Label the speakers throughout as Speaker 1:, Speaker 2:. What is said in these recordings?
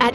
Speaker 1: At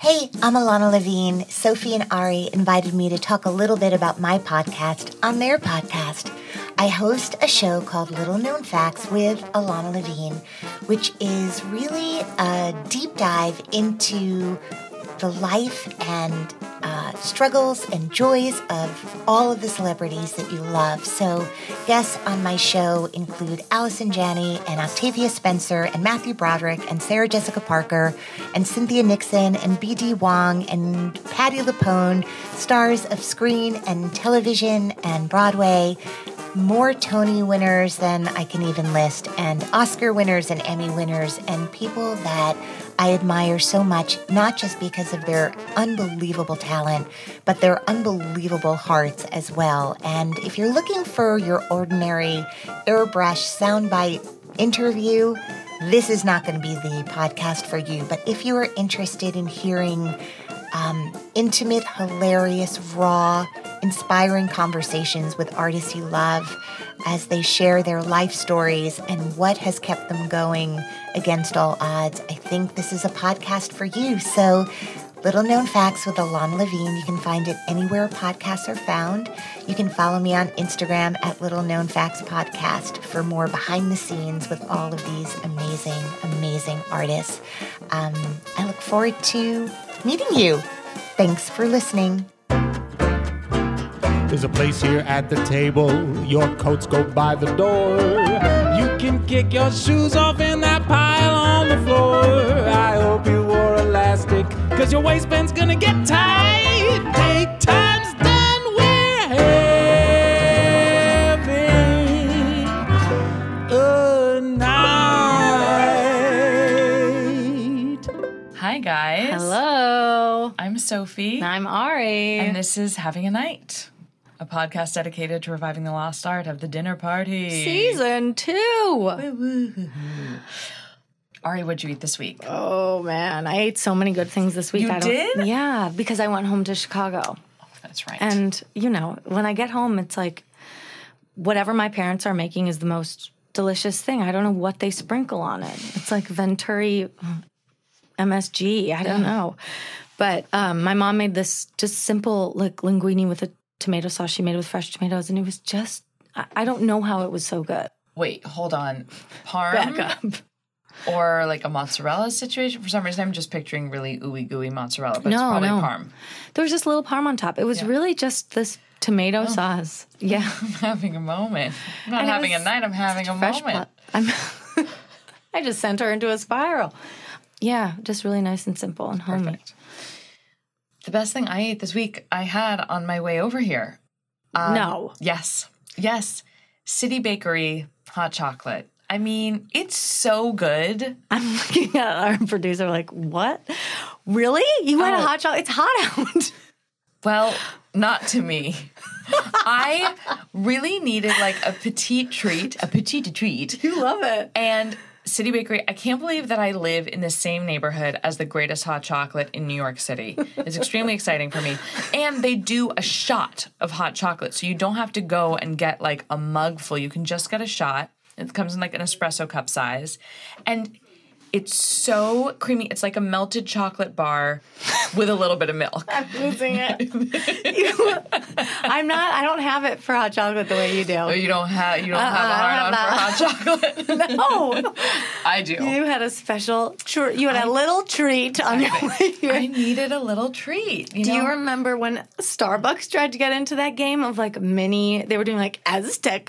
Speaker 2: Hey, I'm Alana Levine. Sophie and Ari invited me to talk a little bit about my podcast on their podcast. I host a show called Little Known Facts with Alana Levine, which is really a deep dive into the life and uh, struggles and joys of all of the celebrities that you love. So, guests on my show include Allison Janney and Octavia Spencer and Matthew Broderick and Sarah Jessica Parker and Cynthia Nixon and B.D. Wong and Patti LuPone, stars of screen and television and Broadway. More Tony winners than I can even list, and Oscar winners and Emmy winners, and people that I admire so much, not just because of their unbelievable talent, but their unbelievable hearts as well. And if you're looking for your ordinary airbrush soundbite interview, this is not going to be the podcast for you. But if you are interested in hearing um, intimate, hilarious, raw, inspiring conversations with artists you love as they share their life stories and what has kept them going against all odds. I think this is a podcast for you. So, Little Known Facts with Alon Levine. You can find it anywhere podcasts are found. You can follow me on Instagram at Little Known Facts Podcast for more behind the scenes with all of these amazing, amazing artists. Um, I look forward to meeting you. Thanks for listening.
Speaker 3: There's a place here at the table. Your coats go by the door. You can kick your shoes off in that pile on the floor. I hope you wore elastic, cause your waistband's gonna get tight. Take time's done, we're having a night.
Speaker 4: Hi, guys.
Speaker 5: Hello.
Speaker 4: I'm Sophie.
Speaker 5: I'm Ari.
Speaker 4: And this is Having a Night, a podcast dedicated to reviving the lost art of the dinner party.
Speaker 5: season two.
Speaker 4: Ari, what'd you eat this week?
Speaker 5: Oh man, I ate so many good things this week.
Speaker 4: You
Speaker 5: I don't,
Speaker 4: did?
Speaker 5: Yeah, because I went home to Chicago,
Speaker 4: That's right.
Speaker 5: and you know, when I get home, it's like whatever my parents are making is the most delicious thing. I don't know what they sprinkle on it. It's like Venturi mm, MSG. I don't know. But um, my mom made this just simple like linguine with a tomato sauce she made with fresh tomatoes, and it was just I, I don't know how it was so good.
Speaker 4: Wait, hold on. Parm
Speaker 5: Back up.
Speaker 4: or like a mozzarella situation? For some reason, I'm just picturing really ooey gooey mozzarella, but it's
Speaker 5: No,
Speaker 4: probably
Speaker 5: no.
Speaker 4: parm.
Speaker 5: There was just little parm on top. It was really just this tomato
Speaker 4: Oh.
Speaker 5: sauce. Yeah.
Speaker 4: I'm having a moment. I'm not
Speaker 5: And it
Speaker 4: having a
Speaker 5: was
Speaker 4: night, I'm having a
Speaker 5: Fresh
Speaker 4: moment.
Speaker 5: pot. I'm I just sent her into a spiral. Yeah, just really nice and simple and homemade.
Speaker 4: Perfect. The best thing I ate this week I had on my way over here. Um,
Speaker 5: no.
Speaker 4: Yes. Yes. City Bakery hot chocolate. I mean, it's so good.
Speaker 5: I'm looking at our producer like, what? Really? You had a
Speaker 4: Oh.
Speaker 5: hot chocolate? It's hot out.
Speaker 4: Well, not to me. I really needed like a petite treat, a petite treat.
Speaker 5: you love it.
Speaker 4: And City Bakery, I can't believe that I live in the same neighborhood as the greatest hot chocolate in New York City. It's extremely exciting for me. And they do a shot of hot chocolate. So you don't have to go and get like a mug full. You can just get a shot. It comes in like an espresso cup size. And it's so creamy. It's like a melted chocolate bar with a little bit of milk.
Speaker 5: Losing it. You- I'm not, I don't have it for hot chocolate the way you
Speaker 4: Oh,
Speaker 5: do.
Speaker 4: you don't have you don't have a
Speaker 5: Uh-uh, I
Speaker 4: hard
Speaker 5: don't
Speaker 4: on for hot chocolate.
Speaker 5: Oh,
Speaker 4: I do.
Speaker 5: you had a special treat. You had a little treat on your way here.
Speaker 4: I needed a little treat. You
Speaker 5: Do
Speaker 4: know?
Speaker 5: you remember when Starbucks tried to get into that game of like mini? They were doing like Aztec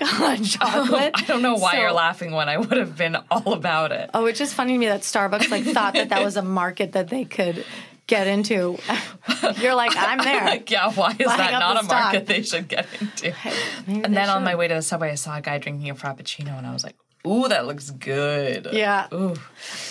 Speaker 5: hot chocolate.
Speaker 4: I don't know why
Speaker 5: So-
Speaker 4: you're laughing when I would have been all about it.
Speaker 5: Oh, it's just funny to me that Starbucks like thought that that was a market that they could get into. You're like, I'm
Speaker 4: Oh
Speaker 5: there.
Speaker 4: Like, yeah, why is that
Speaker 5: Buying up
Speaker 4: not a
Speaker 5: the stock.
Speaker 4: market they should get into?
Speaker 5: maybe
Speaker 4: and
Speaker 5: they
Speaker 4: then on
Speaker 5: should.
Speaker 4: my way to the subway, I saw a guy drinking a frappuccino, and I was like, ooh, that looks good.
Speaker 5: Yeah.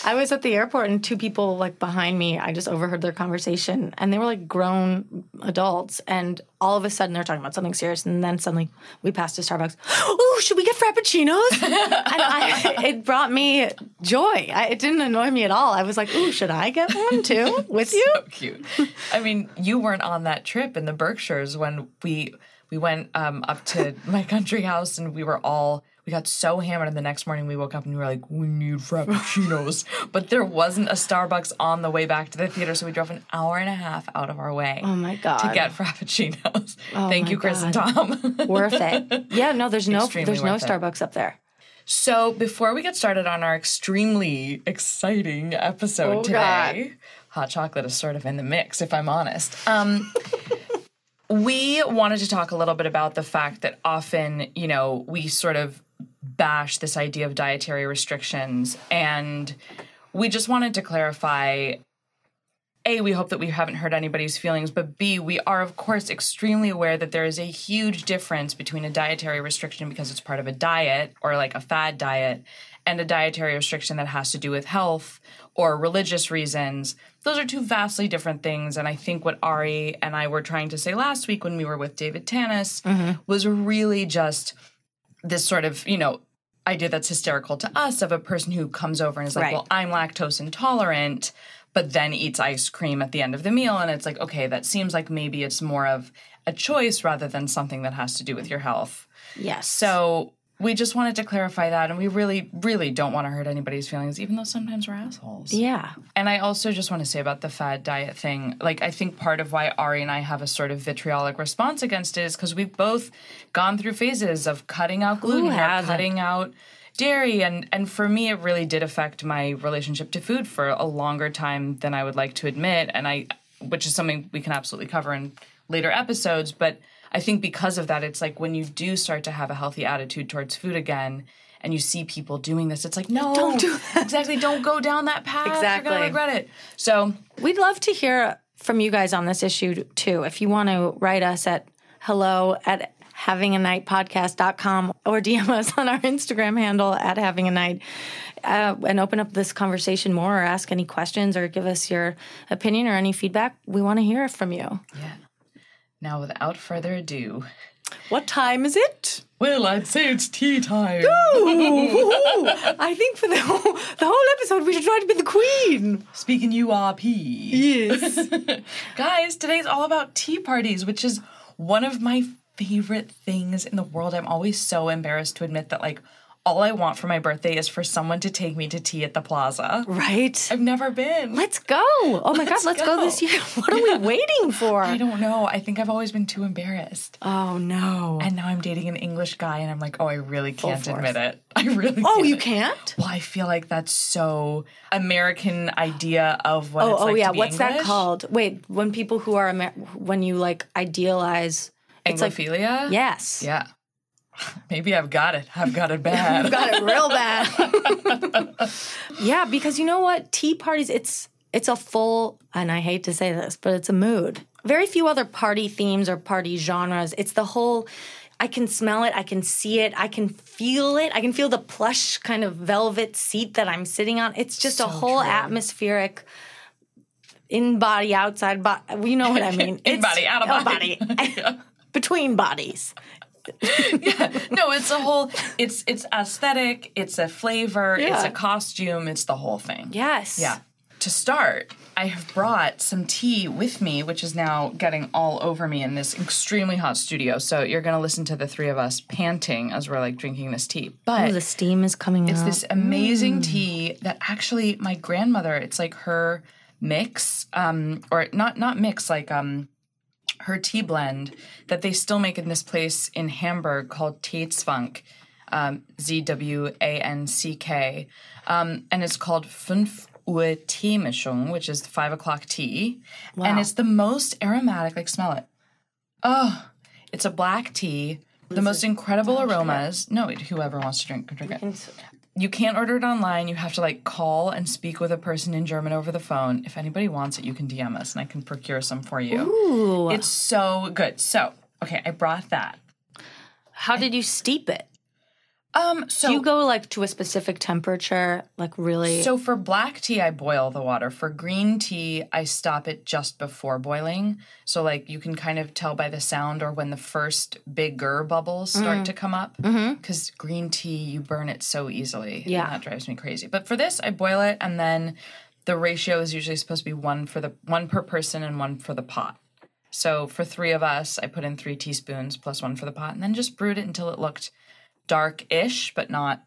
Speaker 5: I was at the airport and two people like behind me, I just overheard their conversation and they were like grown adults and all of a sudden they're talking about something serious and then suddenly we passed a Starbucks. Ooh, should we get frappuccinos? and I, it brought me joy. I, it didn't annoy me at all. I was like, "Ooh, should I get one too with you?"
Speaker 4: So cute. I mean, you weren't on that trip in the Berkshires when we we went um, up to my country house and we were all we got so hammered and the next morning we woke up and we were like we need frappuccinos but there wasn't a starbucks on the way back to the theater so we drove an hour and a half out of our way
Speaker 5: Oh my god. Oh
Speaker 4: to get frappuccinos thank
Speaker 5: my
Speaker 4: you chris
Speaker 5: God.
Speaker 4: and tom
Speaker 5: worth it. Yeah, no, there's no
Speaker 4: Extremely
Speaker 5: there's no
Speaker 4: worth it.
Speaker 5: Starbucks up there.
Speaker 4: So, before we get started on our extremely exciting episode
Speaker 5: Oh,
Speaker 4: today, hot chocolate is sort of in the mix, if I'm honest. Um, we wanted to talk a little bit about the fact that often, you know, we sort of bash this idea of dietary restrictions. And we just wanted to clarify a, we hope that we haven't hurt anybody's feelings, but B, we are, of course, extremely aware that there is a huge difference between a dietary restriction because it's part of a diet or like a fad diet and a dietary restriction that has to do with health or religious reasons. Those are two vastly different things. And I think what Ari and I were trying to say last week when we were with David Tanis was really just this sort of, you know, idea that's hysterical to us of a person who comes over and is like,
Speaker 5: Right.
Speaker 4: well, I'm lactose intolerant, but then eats ice cream at the end of the meal. And it's like, okay, that seems like maybe it's more of a choice rather than something that has to do with your health.
Speaker 5: Yes.
Speaker 4: So we just wanted to clarify that. And we really, really don't want to hurt anybody's feelings, even though sometimes we're assholes.
Speaker 5: yeah.
Speaker 4: And I also just want to say about the fad diet thing. Like, I think part of why Ari and I have a sort of vitriolic response against it is because we've both gone through phases of cutting out gluten, or
Speaker 5: hasn't?
Speaker 4: cutting out dairy, and and for me, it really did affect my relationship to food for a longer time than I would like to admit. And I, which is something we can absolutely cover in later episodes, but. I think because of that, it's like when you do start to have a healthy attitude towards food again, and you see people doing this, it's like, no,
Speaker 5: Don't do that.
Speaker 4: Exactly, don't go down that path. You're
Speaker 5: Exactly.
Speaker 4: gonna regret it. So
Speaker 5: We'd love to hear from you guys on this issue too. If you want to write us at hello at havinganightpodcast.com or DM us on our Instagram handle at having a night uh, and open up this conversation more or ask any questions or give us your opinion or any feedback. We want to hear from you.
Speaker 4: now, without further ado,
Speaker 5: What time is it?
Speaker 4: well, I'd say it's tea time.
Speaker 5: I think for the whole, the whole episode we should try to be the queen.
Speaker 4: Speaking URP,
Speaker 5: Yes.
Speaker 4: guys, today's all about tea parties, which is one of my favorite things in the world. I'm always so embarrassed to admit that, like, all I want for my birthday is for someone to take me to tea at the plaza.
Speaker 5: right?
Speaker 4: I've never been.
Speaker 5: Let's go. Oh my god, let's go.
Speaker 4: go.
Speaker 5: this year. What are we waiting for?
Speaker 4: I don't know. I think I've always been too embarrassed.
Speaker 5: Oh no.
Speaker 4: And now I'm dating an English guy, and I'm like, oh, I really can't
Speaker 5: force.
Speaker 4: admit it. I really.
Speaker 5: Oh,
Speaker 4: can't.
Speaker 5: you can't?
Speaker 4: Well, I feel like that's so American idea of what.
Speaker 5: Oh,
Speaker 4: it's like
Speaker 5: oh yeah.
Speaker 4: to be
Speaker 5: What's that
Speaker 4: English.
Speaker 5: called? Wait, when people who are Amer- when you like idealize, it's like
Speaker 4: Anglophilia.
Speaker 5: yes,
Speaker 4: Yeah. Maybe I've got it. I've got it bad.
Speaker 5: got it real bad. yeah, because you know what? Tea parties. It's it's a full, and I hate to say this, but it's a mood. Very few other party themes or party genres. It's the whole. I can smell it. I can see it. I can feel it. I can feel the plush kind of velvet seat that I'm sitting on. It's just a whole atmospheric in body, outside body. You know what I mean?
Speaker 4: In body, out of body.
Speaker 5: body. between bodies.
Speaker 4: no, it's a whole. It's it's aesthetic. It's a flavor. It's
Speaker 5: Yeah.
Speaker 4: a costume. It's the whole thing.
Speaker 5: Yes.
Speaker 4: Yeah. To start, I have brought some tea with me, which is now getting all over me in this extremely hot studio. So you're going to listen to the three of us panting as we're like drinking this tea. But
Speaker 5: Oh, the steam is coming
Speaker 4: it's
Speaker 5: out.
Speaker 4: this amazing tea that actually my grandmother, it's like her mix um or not not mix like um her tea blend that they still make in this place in Hamburg called Teetzwank, um, Z W A N C K, um, and it's called Fünf Uhr Teemischung, which is the five o'clock tea, and it's the most aromatic. Like smell it. Oh, it's a black tea. The most incredible aromas. No, whoever wants to drink can drink it. You can't order it online. You have to like call and speak with a person in German over the phone. If anybody wants it, you can DM us and I can procure some for you.
Speaker 5: Ooh.
Speaker 4: It's so good. So, okay, I brought that.
Speaker 5: How did you steep it?
Speaker 4: Um, so
Speaker 5: Do you go like to a specific temperature, like really?
Speaker 4: So for black tea, I boil the water. For green tea, I stop it just before boiling. So like you can kind of tell by the sound or when the first bigger bubbles
Speaker 5: Mm.
Speaker 4: start to come up.
Speaker 5: Mm-hmm.
Speaker 4: Because green tea, you burn it so easily.
Speaker 5: Yeah.
Speaker 4: and that drives me crazy. But for this, I boil it, and then the ratio is usually supposed to be one for the one per person and one for the pot. So for three of us, I put in three teaspoons plus one for the pot, and then just brewed it until it looked dark-ish, but not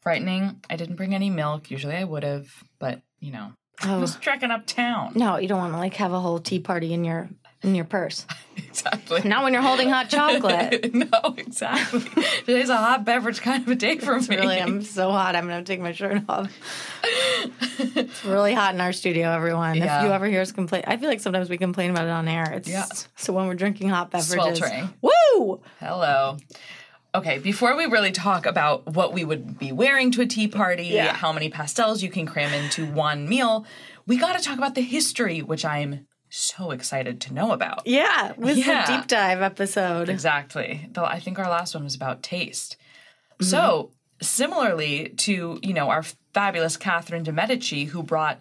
Speaker 4: frightening. I didn't bring any milk. Usually I would have, but you know, I was trekking uptown.
Speaker 5: Oh. no, you don't want to like have a whole tea party in your in your purse.
Speaker 4: Exactly.
Speaker 5: Not when you're holding hot chocolate.
Speaker 4: no, exactly. Today's a hot beverage kind of a day for me.
Speaker 5: really, I'm so hot. I'm gonna take my shirt off. it's really hot in our studio, everyone.
Speaker 4: Yeah.
Speaker 5: If you ever hear us complain, I feel like sometimes we complain about it on air. It's,
Speaker 4: Yeah.
Speaker 5: So when we're drinking hot beverages,
Speaker 4: Sweltering.
Speaker 5: woo!
Speaker 4: Hello. Okay, before we really talk about what we would be wearing to a tea party,
Speaker 5: Yeah.
Speaker 4: how many pastels you can cram into one meal, we got to talk about the history, which I'm so excited to know about.
Speaker 5: Yeah, with
Speaker 4: Yeah.
Speaker 5: the deep dive episode.
Speaker 4: Exactly. Though I think our last one was about taste.
Speaker 5: Mm-hmm.
Speaker 4: So similarly to you know our fabulous Catherine de Medici, who brought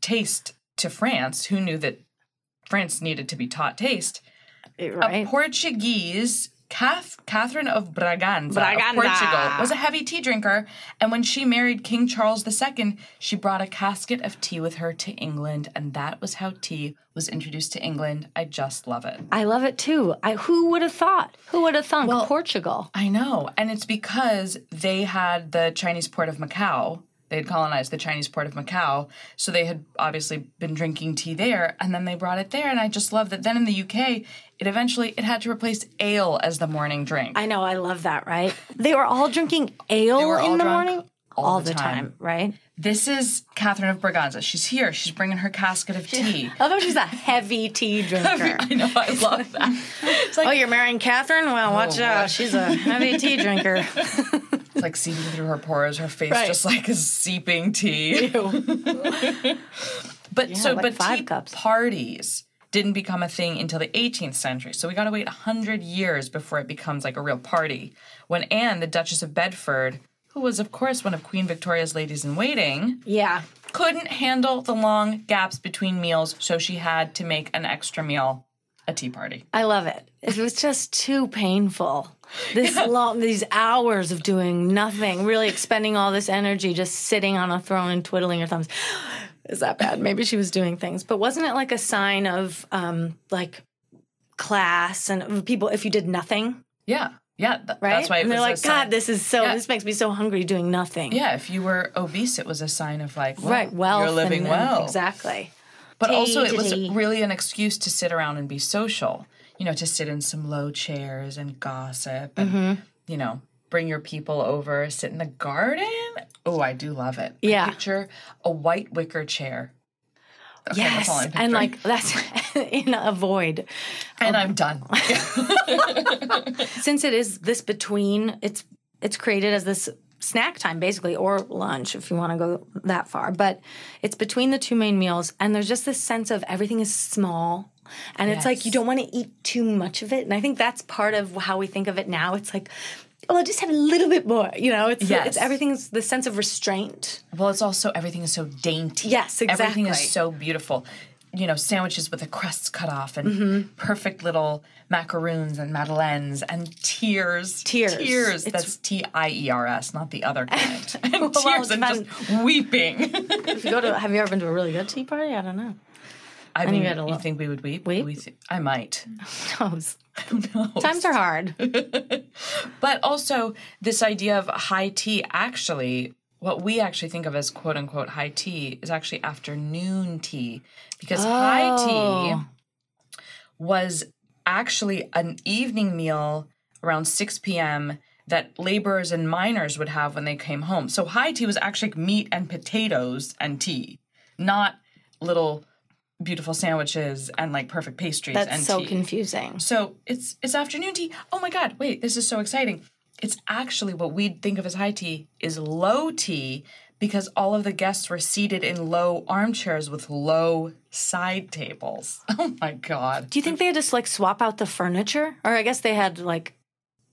Speaker 4: taste to France, who knew that France needed to be taught taste.
Speaker 5: Right.
Speaker 4: A Portuguese Cath- Catherine of Braganza,
Speaker 5: Braganza.
Speaker 4: of Portugal was a heavy tea drinker, and when she married King Charles II, she brought a casket of tea with her to England, and that was how tea was introduced to England. I just love it.
Speaker 5: I love it too. I who would have thought? Who would have thunk Portugal?
Speaker 4: I know. And it's because they had the Chinese port of Macau. They had colonized the Chinese port of Macau. So they had obviously been drinking tea there and then they brought it there. And I just love that then in the UK, it eventually it had to replace ale as the morning drink.
Speaker 5: I know, I love that, right? They were all drinking ale
Speaker 4: were all
Speaker 5: in the
Speaker 4: drunk
Speaker 5: morning
Speaker 4: all the time.
Speaker 5: right?
Speaker 4: this is Catherine of Braganza. She's here. She's bringing her casket of tea.
Speaker 5: I love how she's a heavy tea drinker.
Speaker 4: I know. I love that. It's
Speaker 5: Oh,
Speaker 4: like,
Speaker 5: you're marrying Catherine? Well, watch
Speaker 4: Oh,
Speaker 5: out.
Speaker 4: boy.
Speaker 5: She's a heavy tea drinker.
Speaker 4: it's like seeping through her pores. Her face
Speaker 5: Right.
Speaker 4: just like is seeping tea. But so,
Speaker 5: like
Speaker 4: but
Speaker 5: five
Speaker 4: tea
Speaker 5: cups.
Speaker 4: parties didn't become a thing until the 18th century. So we got to wait 100 years before it becomes like a real party. When Anne, the Duchess of Bedford, who was of course one of Queen Victoria's ladies in waiting,
Speaker 5: yeah.
Speaker 4: couldn't handle the long gaps between meals, so she had to make an extra meal, a tea party.
Speaker 5: I love it. It was just too painful. This long, these hours of doing nothing, really expending all this energy, just sitting on a throne and twiddling her thumbs. Is that bad? Maybe she was doing things, but wasn't it like a sign of um, like class and of people if you did nothing,
Speaker 4: Yeah, yeah, th-
Speaker 5: right?
Speaker 4: that's why it
Speaker 5: and
Speaker 4: was
Speaker 5: they're
Speaker 4: a
Speaker 5: like,
Speaker 4: sign-
Speaker 5: God, this is so.
Speaker 4: Yeah.
Speaker 5: This makes me so hungry doing nothing.
Speaker 4: yeah, if you were obese, it was a sign of like, well,
Speaker 5: Right. Well,
Speaker 4: you're living well.
Speaker 5: Exactly.
Speaker 4: But also, it was
Speaker 5: Tea-tity.
Speaker 4: really an excuse to sit around and be social. You know, to sit in some low chairs and gossip, and
Speaker 5: Mm-hmm.
Speaker 4: you know, bring your people over, sit in the garden. Oh, I do love it. I
Speaker 5: Yeah.
Speaker 4: picture a white wicker chair. Okay, that's all I'm
Speaker 5: Yes,
Speaker 4: picturing.
Speaker 5: and like that's in a void.
Speaker 4: and I'm done.
Speaker 5: since it is this between it's it's created as this snack time basically or lunch if you want to go that far but it's between the two main meals and there's just this sense of everything is small and it's like you don't want to eat too much of it and i think that's part of how we think of it now it's like oh i'll just have a little bit more you know it's
Speaker 4: Yes.
Speaker 5: it's everything's the sense of restraint
Speaker 4: Well, it's also everything is so dainty.
Speaker 5: Yes,
Speaker 4: Everything
Speaker 5: exactly.
Speaker 4: is so beautiful. You know, sandwiches with the crusts cut off and
Speaker 5: Mm-hmm.
Speaker 4: perfect little macaroons and madeleines and tears.
Speaker 5: Tears.
Speaker 4: Tears.
Speaker 5: It's-
Speaker 4: That's T I E R S, not the other kind. and
Speaker 5: well,
Speaker 4: tears and
Speaker 5: it's
Speaker 4: just weeping.
Speaker 5: if you go to have you ever been to a really good tea party i don't know
Speaker 4: I mean,
Speaker 5: had a
Speaker 4: you
Speaker 5: lot-
Speaker 4: think we would weep?
Speaker 5: Weep?
Speaker 4: We th- I might.
Speaker 5: times are hard
Speaker 4: But also, this idea of high tea actually, what we actually think of as quote unquote high tea is actually afternoon tea because high
Speaker 5: Oh.
Speaker 4: tea was actually an evening meal around 6 p.m. that laborers and miners would have when they came home. So high tea was actually meat and potatoes and tea, not little beautiful sandwiches and like perfect pastries
Speaker 5: that's
Speaker 4: and
Speaker 5: so
Speaker 4: tea.
Speaker 5: confusing
Speaker 4: So it's it's afternoon tea. Oh my god, wait, this is so exciting. It's actually what we'd think of as high tea is low tea because all of the guests were seated in low armchairs with low side tables. Oh my god.
Speaker 5: Do you think they had to like swap out the furniture? Or I guess they had like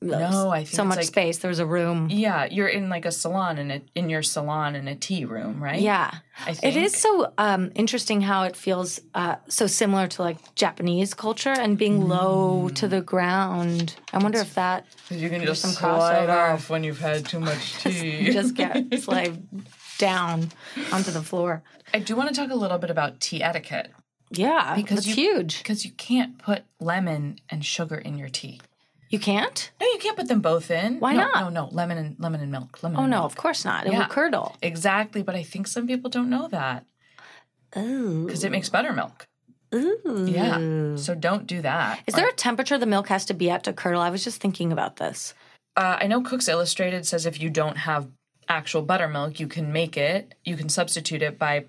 Speaker 4: No, I think
Speaker 5: so
Speaker 4: it's
Speaker 5: much
Speaker 4: like-
Speaker 5: space. There was a room.
Speaker 4: Yeah, you're in like a salon in a in your salon in a tea room, right?
Speaker 5: Yeah.
Speaker 4: I
Speaker 5: It is
Speaker 4: think.
Speaker 5: so um, interesting how it feels uh, so similar to like Japanese culture and being low to the ground. I wonder if that
Speaker 4: You can just
Speaker 5: some
Speaker 4: slide
Speaker 5: crossover.
Speaker 4: off when you've had too much tea.
Speaker 5: you just get slid down onto the floor.
Speaker 4: I do want to talk a little bit about tea etiquette Because
Speaker 5: Yeah, because it's
Speaker 4: you-
Speaker 5: huge.
Speaker 4: because you can't put lemon and sugar in your tea.
Speaker 5: You can't?
Speaker 4: No, you can't put them both in.
Speaker 5: Why
Speaker 4: No,
Speaker 5: not?
Speaker 4: No, no, lemon and lemon and milk. Lemon.
Speaker 5: Oh
Speaker 4: and
Speaker 5: no,
Speaker 4: milk.
Speaker 5: of course not. It
Speaker 4: Yeah.
Speaker 5: will curdle.
Speaker 4: exactly. But I think some people don't know that
Speaker 5: Ooh.
Speaker 4: because it makes buttermilk.
Speaker 5: Ooh.
Speaker 4: Yeah. So don't do that.
Speaker 5: Is there a temperature the milk has to be at to curdle? I was just thinking about this.
Speaker 4: Uh, I know Cooks Illustrated says if you don't have actual buttermilk, you can make it. You can substitute it by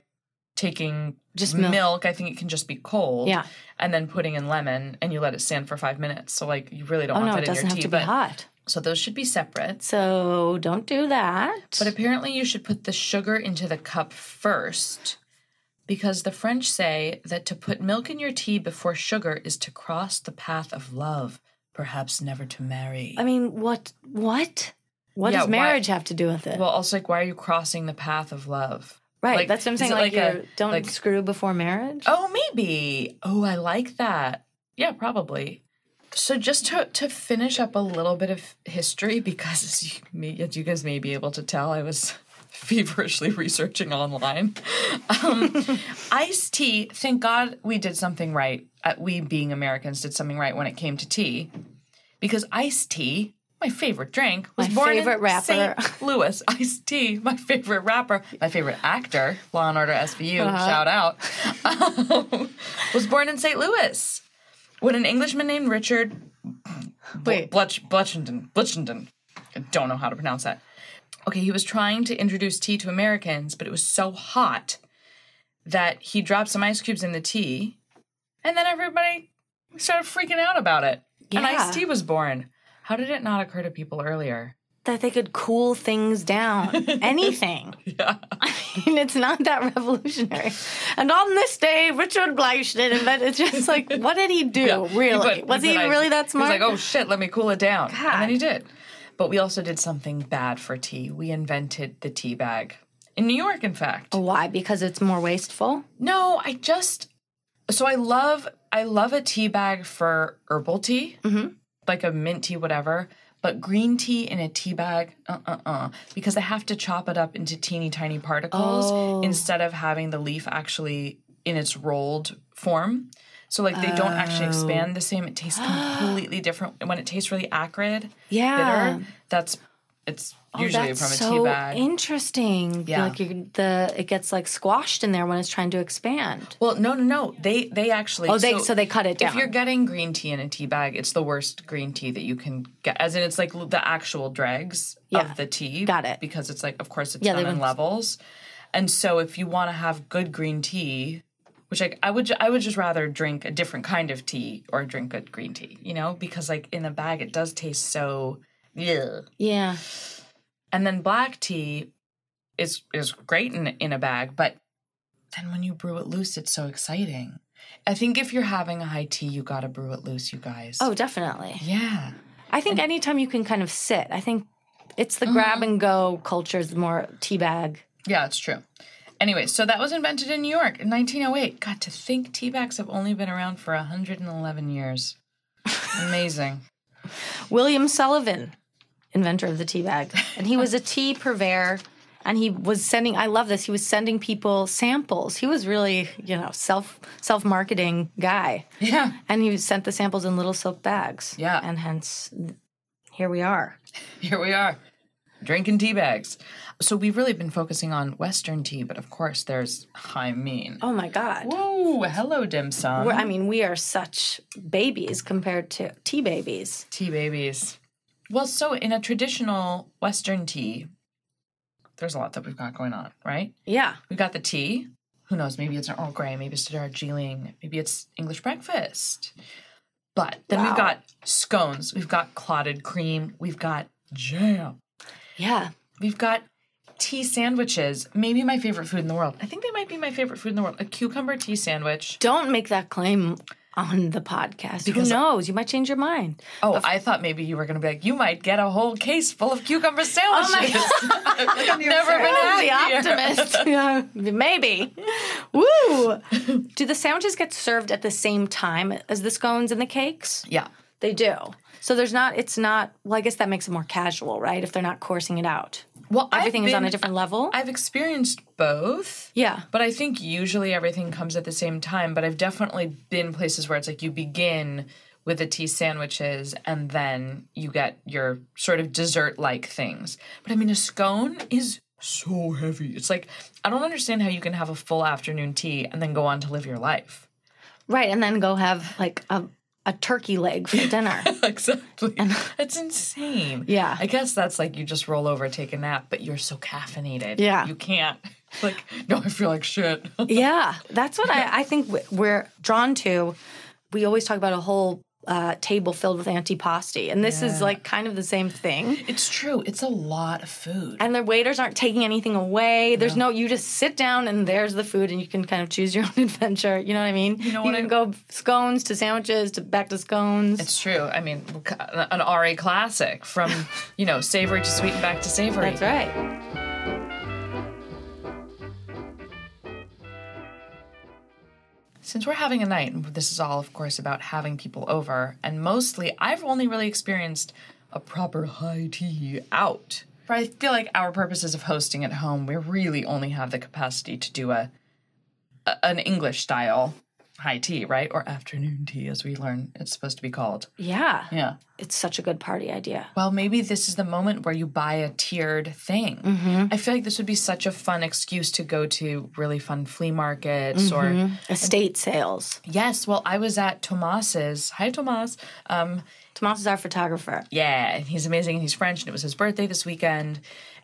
Speaker 4: taking
Speaker 5: Just milk.
Speaker 4: I think it can just be cold.
Speaker 5: Yeah.
Speaker 4: And then putting in lemon, and you let it stand for five minutes. So like you really don't
Speaker 5: Oh
Speaker 4: want
Speaker 5: no,
Speaker 4: that
Speaker 5: it
Speaker 4: in your
Speaker 5: doesn't have
Speaker 4: tea.
Speaker 5: to be
Speaker 4: but
Speaker 5: hot.
Speaker 4: so those should be separate.
Speaker 5: So don't do that.
Speaker 4: But apparently, you should put the sugar into the cup first. Because the French say that to put milk in your tea before sugar is to cross the path of love, perhaps never to marry.
Speaker 5: I mean, what? What? What
Speaker 4: Yeah,
Speaker 5: does
Speaker 4: why-
Speaker 5: marriage have to do with it?
Speaker 4: Well, also like, why are you crossing the path of love?
Speaker 5: right.
Speaker 4: like,
Speaker 5: that's what I'm
Speaker 4: is
Speaker 5: saying.
Speaker 4: it like
Speaker 5: Like,
Speaker 4: a-
Speaker 5: you're- don't
Speaker 4: like-
Speaker 5: screw before marriage.
Speaker 4: Oh, maybe. Oh, I like that. Yeah, probably. So just to to finish up a little bit of history, because as you, may, as you guys may be able to tell, I was feverishly researching online. Um, iced tea. Thank God we did something right. Uh, we being Americans did something right when it came to tea, because iced tea. My favorite drink was
Speaker 5: My
Speaker 4: born in
Speaker 5: favorite rapper.
Speaker 4: St. Louis. Iced tea, my favorite rapper, my favorite actor, Law and Order SVU,
Speaker 5: Uh-huh.
Speaker 4: shout out, um, was born in St. Louis when an Englishman named Richard
Speaker 5: Wait.
Speaker 4: Bletch, Bletchington, Bletchington, I don't know how to pronounce that. Okay, he was trying to introduce tea to Americans, but it was so hot that he dropped some ice cubes in the tea, and then everybody started freaking out about it. And
Speaker 5: Yeah.
Speaker 4: iced tea was born. How did it not occur to people earlier?
Speaker 5: that they could cool things down. Anything.
Speaker 4: Yeah.
Speaker 5: I mean, it's not that revolutionary. And on this day, Richard Bleich did invent. It's just like, what did he do?
Speaker 4: Yeah,
Speaker 5: Really?
Speaker 4: put-
Speaker 5: was he,
Speaker 4: put ice-
Speaker 5: really that smart?
Speaker 4: He was like, oh shit, let me cool it down. And
Speaker 5: God.
Speaker 4: then he did. But we also did something bad for tea. We invented the tea bag. In New York, in fact.
Speaker 5: Why? Because it's more wasteful.
Speaker 4: No, I just so I love I love a tea bag for herbal tea,
Speaker 5: Mm-hmm.
Speaker 4: like a mint tea, whatever. But green tea in a tea bag, uh uh uh, because I have to chop it up into teeny tiny particles
Speaker 5: Oh.
Speaker 4: instead of having the leaf actually in its rolled form. So like they don't actually expand the same. It tastes completely different. And When it tastes really acrid,
Speaker 5: Yeah.
Speaker 4: bitter, that's it's
Speaker 5: Oh,
Speaker 4: usually
Speaker 5: that's
Speaker 4: from a
Speaker 5: so
Speaker 4: tea bag.
Speaker 5: Interesting.
Speaker 4: Yeah.
Speaker 5: Like you, the it gets like squashed in there when it's trying to expand.
Speaker 4: Well, no, no, no. They they actually.
Speaker 5: Oh, they- so they cut it
Speaker 4: If
Speaker 5: down.
Speaker 4: you're getting green tea in a tea bag, it's the worst green tea that you can get. As in, it's like the actual dregs
Speaker 5: Yeah.
Speaker 4: of the tea.
Speaker 5: Got it.
Speaker 4: Because it's like, of course, it's
Speaker 5: Yeah, they
Speaker 4: done in
Speaker 5: wouldn't-
Speaker 4: levels, and so if you want to have good green tea. Which like I would ju- I would just rather drink a different kind of tea or drink good green tea, you know, because like in a bag it does taste so yeah.
Speaker 5: Yeah.
Speaker 4: And then black tea is is great in in a bag, but then when you brew it loose, it's so exciting. I think if you're having a high tea, you gotta brew it loose, you guys.
Speaker 5: Oh, definitely.
Speaker 4: yeah. Mm-hmm.
Speaker 5: I think anytime you can kind of sit, I think it's the grab and go culture is more tea bag.
Speaker 4: Yeah, it's true. Anyway, so that was invented in New York in 1908. God, to think tea bags have only been around for 111 years. Amazing.
Speaker 5: William Sullivan, inventor of the tea bag. And he was a tea purveyor and he was sending I love this. He was sending people samples. He was really, you know, self self-marketing guy.
Speaker 4: yeah.
Speaker 5: And he sent the samples in little silk bags.
Speaker 4: Yeah.
Speaker 5: And hence here we are.
Speaker 4: Here we are, drinking tea bags. So we've really been focusing on Western tea, but of course there's, I mean,
Speaker 5: Oh my god.
Speaker 4: whoa, hello dim sum.
Speaker 5: We're, I mean, we are such babies compared to tea babies.
Speaker 4: Tea babies. Well, so in a traditional Western tea, there's a lot that we've got going on, right?
Speaker 5: Yeah.
Speaker 4: We've got the tea. Who knows? Maybe it's an Earl Grey. Maybe it's Darjeeling. Maybe it's English breakfast. But then we've
Speaker 5: Wow.
Speaker 4: got scones. We've got clotted cream. We've got jam.
Speaker 5: Yeah.
Speaker 4: We've got tea sandwiches. Maybe my favorite food in the world. I think they might be my favorite food in the world. A cucumber tea sandwich.
Speaker 5: Don't make that claim on the podcast. Who knows? You might change your mind.
Speaker 4: Oh, I thought maybe you were going to be like, you might get a whole case full of
Speaker 5: Oh
Speaker 4: cucumber sandwiches. I've Never been
Speaker 5: the
Speaker 4: happier.
Speaker 5: optimist. yeah, maybe. Woo! Do the sandwiches get served at the same time as the scones and the cakes?
Speaker 4: Yeah.
Speaker 5: They do. So there's not. It's not. Well, I guess that makes it more casual, right? If they're not coursing it out.
Speaker 4: Well, I've
Speaker 5: everything is on
Speaker 4: been-
Speaker 5: a different level.
Speaker 4: I've experienced both.
Speaker 5: yeah.
Speaker 4: But I think usually everything comes at the same time. But I've definitely been places where it's like you begin with the tea sandwiches and then you get your sort of dessert like things. But I mean, a scone is so heavy. It's like, I don't understand how you can have a full afternoon tea and then go on to live your life.
Speaker 5: Right, and then go have like a a turkey leg for dinner.
Speaker 4: exactly. That's insane.
Speaker 5: Yeah.
Speaker 4: I guess that's like you just roll over, take a nap, but you're so caffeinated.
Speaker 5: Yeah.
Speaker 4: You can't. Like, no, I feel like shit.
Speaker 5: yeah, that's what I, I think w- we're drawn to. We always talk about a whole uh, table filled with antipasti, and this is like kind of the same thing.
Speaker 4: it's true. It's a lot of food.
Speaker 5: And the waiters aren't taking anything away. There's no, you just sit down and there's the food, and you can kind of choose your own adventure. You know what I mean? You
Speaker 4: know what
Speaker 5: can
Speaker 4: I-
Speaker 5: go scones to sandwiches to back to scones.
Speaker 4: It's true. I mean, an RA classic from, you know, savory to sweet and back to savory.
Speaker 5: that's right.
Speaker 4: Since we're having a night, and this is all, of course, about having people over, and mostly I've only really experienced a proper high tea out. But I feel like our purposes of hosting at home, we really only have the capacity to do a, a an English style high tea, right? Or afternoon tea, as we learn it's supposed to be called.
Speaker 5: Yeah.
Speaker 4: Yeah.
Speaker 5: It's such a good party idea.
Speaker 4: well, maybe this is the moment where you buy a tiered thing. I feel like this would be such a fun excuse to go to really fun flea markets or
Speaker 5: Estate sales.
Speaker 4: yes. Well, I was at Tomas's. Hi, Tomas. Um,
Speaker 5: Tomas is our photographer.
Speaker 4: yeah, and he's amazing and he's French and it was his birthday this weekend.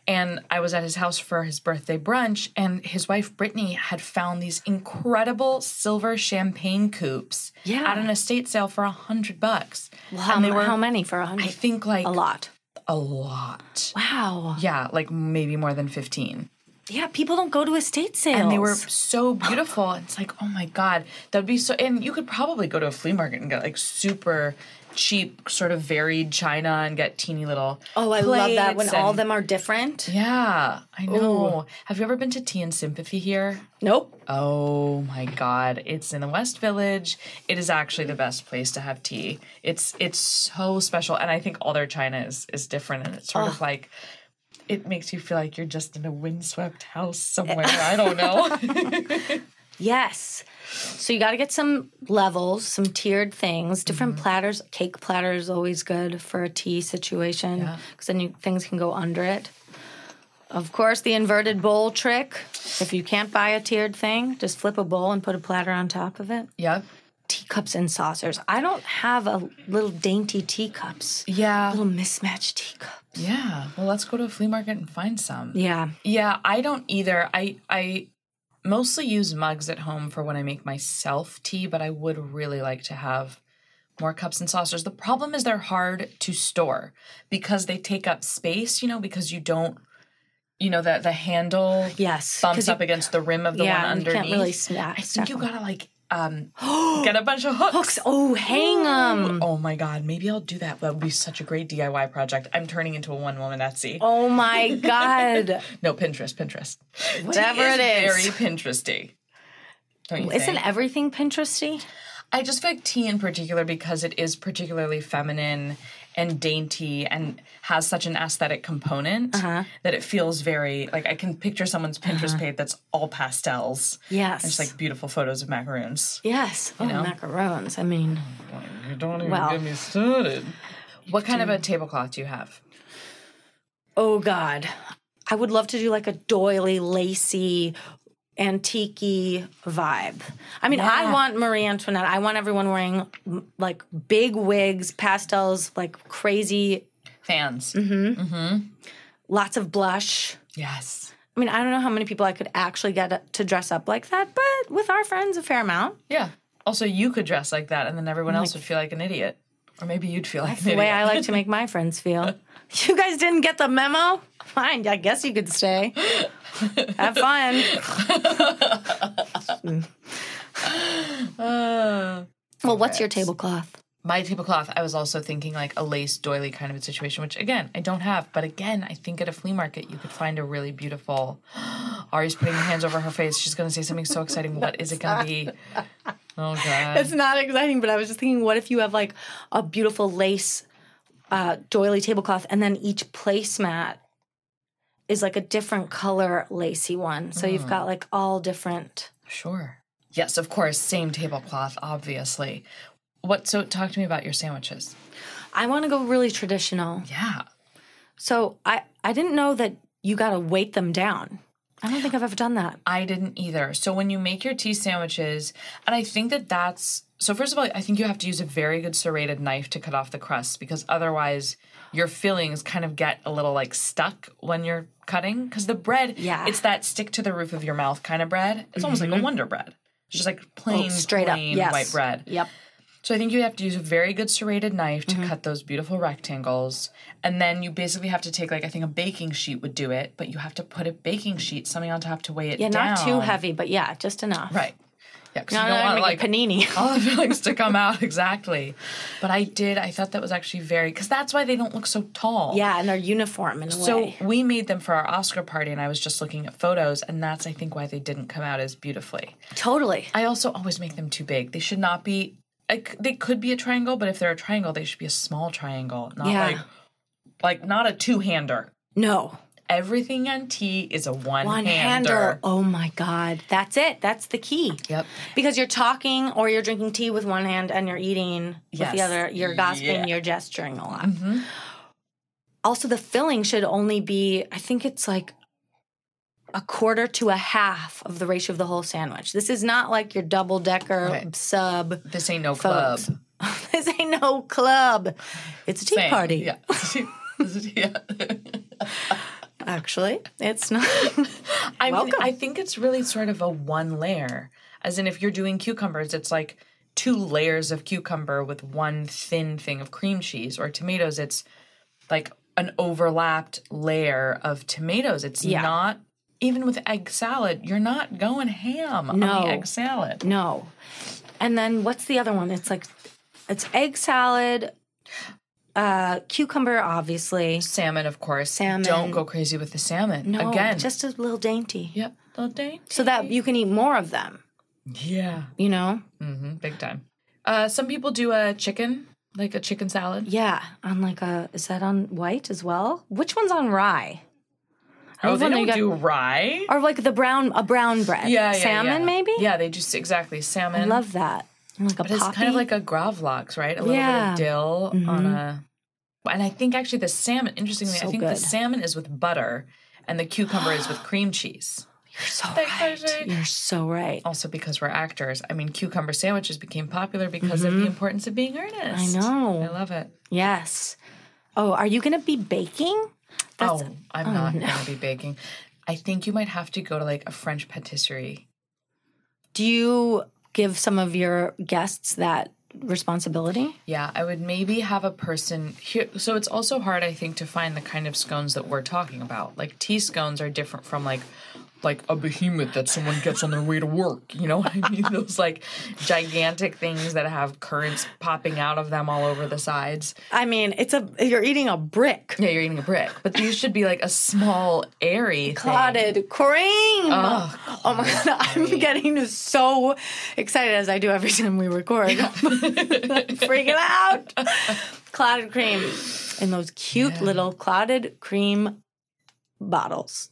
Speaker 4: And I was at his house for his birthday brunch, and his wife Brittany had found these incredible silver champagne coupes
Speaker 5: Yeah.
Speaker 4: at an estate sale for a hundred bucks.
Speaker 5: Well, how,
Speaker 4: and they
Speaker 5: m-
Speaker 4: were,
Speaker 5: how many for a
Speaker 4: I
Speaker 5: hundred?
Speaker 4: think like
Speaker 5: A lot.
Speaker 4: A lot.
Speaker 5: Wow.
Speaker 4: Yeah, like maybe more than 15.
Speaker 5: Yeah, people don't go to estate sales.
Speaker 4: And they were so beautiful. It's like, oh my God, that'd be so. And you could probably go to a flea market and get like super cheap, sort of varied china and get teeny little.
Speaker 5: Oh, I love that when
Speaker 4: plates
Speaker 5: all of
Speaker 4: and-
Speaker 5: them are different.
Speaker 4: Yeah, I know. Have you ever been to Tea and Sympathy here?
Speaker 5: Nope.
Speaker 4: Oh my god, it's in the West Village. It is actually the best place to have tea. It's it's so special and I think all their china is is different and it's sort
Speaker 5: Ah.
Speaker 4: of like it makes you feel like you're just in a windswept house
Speaker 5: Eh.
Speaker 4: somewhere. I don't know.
Speaker 5: Yes. So you got to get some levels, some tiered things, different platters. Cake platter is always good for a tea situation because then you, things can go under it. Of course, the inverted bowl trick. If you can't buy a tiered thing, just flip a bowl and put a platter on top of it.
Speaker 4: yeah.
Speaker 5: Teacups and saucers. I don't have a little dainty teacups.
Speaker 4: Yeah.
Speaker 5: Little mismatched teacups.
Speaker 4: Yeah. Well, let's go to a flea market and find some.
Speaker 5: Yeah.
Speaker 4: Yeah, I don't either. I I mostly use mugs at home for when I make myself tea, but I would really like to have more cups and saucers. The problem is they're hard to store because they take up space, you know, because you don't you know that the handle
Speaker 5: Yes,
Speaker 4: bumps
Speaker 5: 'cause you-
Speaker 4: up against the rim of the
Speaker 5: yeah,
Speaker 4: one
Speaker 5: and you
Speaker 4: underneath.
Speaker 5: can't really snap-
Speaker 4: I think
Speaker 5: snap
Speaker 4: you
Speaker 5: them.
Speaker 4: gotta like um get a bunch of hooks.
Speaker 5: Hooks. Oh, hang 'em.
Speaker 4: Oh my god, maybe I'll do that. That would be such a great DIY project. I'm turning into a one woman Etsy.
Speaker 5: Oh my God.
Speaker 4: No, Pinterest, Pinterest.
Speaker 5: Whatever it is.
Speaker 4: Very Pinteresty. Don't you
Speaker 5: Isn't
Speaker 4: think?
Speaker 5: everything Pinteresty?
Speaker 4: I just feel like tea in particular because it is particularly feminine and dainty and has such an aesthetic component
Speaker 5: Uh-huh.
Speaker 4: that it feels very like I can picture someone's Pinterest page that's all pastels.
Speaker 5: Yes.
Speaker 4: And just like beautiful photos of macaroons.
Speaker 5: Yes. Oh, macarons. I mean,
Speaker 4: You don't even
Speaker 5: Well. get
Speaker 4: me started. What kind of a tablecloth do you have?
Speaker 5: oh God. I would love to do like a doily, lacy, antique vibe. I mean, I want Marie Antoinette. I want everyone wearing m- like big wigs, pastels, like crazy,
Speaker 4: Fans.
Speaker 5: Mm-hmm. lots of blush.
Speaker 4: Yes.
Speaker 5: I mean, I don't know how many people I could actually get to dress up like that, but with our friends, a fair amount.
Speaker 4: Yeah. Also, you could dress like that, and then everyone else would feel like an idiot, or maybe you'd feel like an
Speaker 5: the
Speaker 4: idiot.
Speaker 5: way I like to make my friends feel. You guys didn't get the memo? Fine, I guess you could stay. Have fun. Well, what's your
Speaker 4: favorites.
Speaker 5: tablecloth?
Speaker 4: My tablecloth, I was also thinking like a lace doily kind of a situation, which again, I don't have. But again, I think at a flea market, you could find a really beautiful. Ari's putting her hands over her face. She's going to say something so exciting. What is it going to be? Oh, God.
Speaker 5: It's not exciting, but I was just thinking, what if you have like a beautiful lace uh, doily tablecloth, and then each placemat is like a different color lacy one. So
Speaker 4: Mm.
Speaker 5: you've got like all different.
Speaker 4: Sure. Yes, of course. Same tablecloth, obviously. What? So, talk to me about your sandwiches.
Speaker 5: I want to go really traditional.
Speaker 4: Yeah.
Speaker 5: So I I didn't know that you got to weight them down. I don't think I've ever done that.
Speaker 4: I didn't either. So when you make your tea sandwiches, and I think that that's so. First of all, I think you have to use a very good serrated knife to cut off the crust because otherwise your fillings kind of get a little like stuck when you're cutting because the bread,
Speaker 5: Yeah.
Speaker 4: it's that stick to the roof of your mouth kind of bread. It's almost like a Wonder Bread. It's just like plain,
Speaker 5: Oh, Straight up,
Speaker 4: plain
Speaker 5: yes.
Speaker 4: white bread.
Speaker 5: Yep.
Speaker 4: So I think you have to use a very good serrated knife to cut those beautiful rectangles. And then you basically have to take like I think a baking sheet would do it, but you have to put a baking sheet, something on top to weigh it
Speaker 5: Yeah,
Speaker 4: down.
Speaker 5: not too heavy, but yeah, just enough.
Speaker 4: Right. Yeah, because
Speaker 5: No,
Speaker 4: you
Speaker 5: no,
Speaker 4: don't
Speaker 5: I'd
Speaker 4: want like
Speaker 5: make a panini.
Speaker 4: all the fillings to come out exactly. But I did. I thought that was actually very because that's why they don't look so tall.
Speaker 5: Yeah, and they're uniform in a
Speaker 4: So
Speaker 5: way.
Speaker 4: we made them for our Oscar party, and I was just looking at photos, and that's I think why they didn't come out as beautifully.
Speaker 5: Totally.
Speaker 4: I also always make them too big. They should not be. I c they could be a triangle, but if they're a triangle, they should be a small triangle, not
Speaker 5: Yeah.
Speaker 4: like like not a two hander.
Speaker 5: No.
Speaker 4: Everything on T is a one
Speaker 5: One hander.
Speaker 4: hander.
Speaker 5: Oh my God. That's it. That's the key.
Speaker 4: Yep.
Speaker 5: Because you're talking or you're drinking tea with one hand and you're eating with
Speaker 4: Yes.
Speaker 5: the other. You're gossiping,
Speaker 4: Yeah. Mm-hmm.
Speaker 5: you're gesturing a lot. Also, the filling should only be, I think it's like a quarter to a half of the ratio of the whole sandwich. This is not like your double decker
Speaker 4: Right.
Speaker 5: sub.
Speaker 4: This ain't no club.
Speaker 5: Folks. this ain't no club. It's a tea
Speaker 4: Same.
Speaker 5: party.
Speaker 4: Yeah. yeah.
Speaker 5: Actually, it's not.
Speaker 4: I mean,
Speaker 5: Welcome.
Speaker 4: I think it's really sort of a one layer. As in, if you're doing cucumbers, it's like two layers of cucumber with one thin thing of cream cheese, or tomatoes, it's like an overlapped layer of tomatoes. It's
Speaker 5: Yeah.
Speaker 4: not, even with egg salad, you're not going ham on
Speaker 5: No.
Speaker 4: the egg salad.
Speaker 5: no. And then what's the other one? It's like, it's egg salad, uh, cucumber, obviously.
Speaker 4: Salmon, of course.
Speaker 5: Salmon.
Speaker 4: Don't go crazy with the salmon.
Speaker 5: No,
Speaker 4: Again.
Speaker 5: just a little dainty.
Speaker 4: Yep. All day.
Speaker 5: So that you can eat more of them,
Speaker 4: Yeah.
Speaker 5: you know?
Speaker 4: hmm Big time. Uh, some people do a chicken, like a chicken salad.
Speaker 5: Yeah. On like a, is that on white as well? Which one's on rye? I
Speaker 4: Oh,
Speaker 5: love
Speaker 4: they
Speaker 5: when
Speaker 4: don't do rye.
Speaker 5: Or like the brown, a brown bread.
Speaker 4: Yeah, yeah,
Speaker 5: Salmon,
Speaker 4: yeah.
Speaker 5: maybe?
Speaker 4: Yeah, they just exactly salmon.
Speaker 5: I love that. And like a
Speaker 4: but it's
Speaker 5: poppy.
Speaker 4: kind of like a gravlax, right? A little
Speaker 5: Yeah.
Speaker 4: bit
Speaker 5: Mm-hmm.
Speaker 4: of dill on a. And I think actually the salmon. Interestingly, I
Speaker 5: So
Speaker 4: think the
Speaker 5: good.
Speaker 4: salmon is with butter, and the cucumber is with cream cheese.
Speaker 5: You're so
Speaker 4: Thanks,
Speaker 5: right.
Speaker 4: Isaac.
Speaker 5: You're so right.
Speaker 4: Also, because we're actors, I mean, cucumber sandwiches became popular because of the importance of being earnest.
Speaker 5: Mm-hmm. I know.
Speaker 4: I love it.
Speaker 5: Yes. Oh, are you going to be baking? That's-
Speaker 4: oh, I'm not going to be baking. I think you might have to go to like a French patisserie.
Speaker 5: Do you give some of your guests that responsibility?
Speaker 4: Yeah, I would maybe have a person here. So it's also hard, I think, to find the kind of scones that we're talking about. Like tea scones are different from like like a behemoth that someone gets on their way to work. You know what I mean? Those like gigantic things that have currants popping out of them all over the sides.
Speaker 5: I mean, it's a you're eating a brick.
Speaker 4: Yeah, you're eating a brick. But these should be like a small, airy thing.
Speaker 5: clotted cream.
Speaker 4: Ugh.
Speaker 5: Oh my god, I'm getting so excited as I do every time we record. Freaking out. Clotted cream in those cute little clotted cream bottles.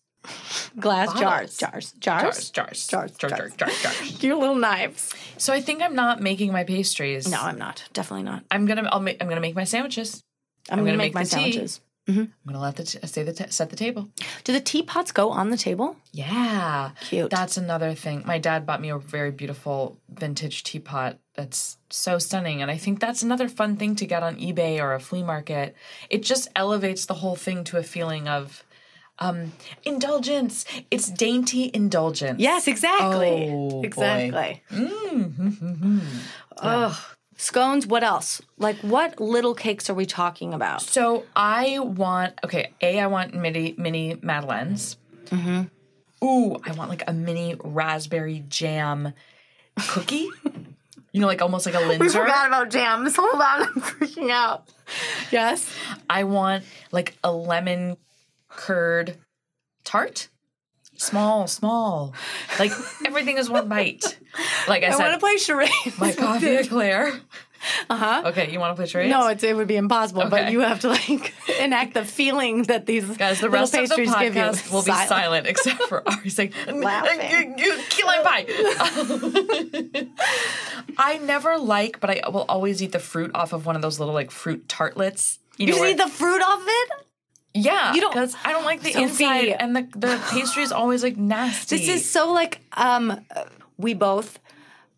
Speaker 5: Glass
Speaker 4: Bottles.
Speaker 5: jars, jars, jars,
Speaker 4: Jars, jars, jars,
Speaker 5: jars, jars.
Speaker 4: jars, jars, jars.
Speaker 5: Cute little knives.
Speaker 4: So I think I'm not making my pastries.
Speaker 5: No, I'm not. Definitely not.
Speaker 4: I'm gonna I'll make I'm gonna make my sandwiches.
Speaker 5: I'm,
Speaker 4: gonna
Speaker 5: gonna,
Speaker 4: make
Speaker 5: make, my
Speaker 4: the tea.
Speaker 5: sandwiches.
Speaker 4: I'm gonna let the t- say the t- set the table.
Speaker 5: Do the teapots go on the table?
Speaker 4: Yeah.
Speaker 5: Cute.
Speaker 4: That's another thing. My dad bought me a very beautiful vintage teapot that's so stunning. And I think that's another fun thing to get on eBay or a flea market. It just elevates the whole thing to a feeling of um, indulgence. It's dainty indulgence.
Speaker 5: Yes, exactly.
Speaker 4: Oh, boy. Mm-hmm.
Speaker 5: exactly. Ugh. Scones, what else? Like what little cakes are we talking about?
Speaker 4: So I want, okay, A, I want mini, mini Mm-hmm. Madeleines. Ooh, I want like a mini raspberry jam cookie. You know, like almost like a
Speaker 5: We
Speaker 4: Linzer.
Speaker 5: forgot about jams. Hold on, I'm freaking out. Yes.
Speaker 4: I want like a lemon curd tart. Small, small. Like everything is one bite. Like I,
Speaker 5: I want to
Speaker 4: said,
Speaker 5: play charades.
Speaker 4: my coffee eclair. Uh huh. Okay, you want to play charades?
Speaker 5: No, it's, it would be impossible. But
Speaker 4: Okay.
Speaker 5: you have to like enact the feeling that these
Speaker 4: Guys, the
Speaker 5: little
Speaker 4: rest of the
Speaker 5: pastries give you.
Speaker 4: podcast will be silent, except for Ari saying, "Mm,
Speaker 5: Laughing.
Speaker 4: "You- you- "Key lime pie." I never like, but I will always eat the fruit off of one of those little like fruit tartlets.
Speaker 5: You
Speaker 4: know,
Speaker 5: just
Speaker 4: where-
Speaker 5: eat the fruit off it.
Speaker 4: yeah.
Speaker 5: you don't-
Speaker 4: 'cause I don't like the
Speaker 5: Sophie.
Speaker 4: inside, and the the pastry is always like nasty.
Speaker 5: This is so like um, we both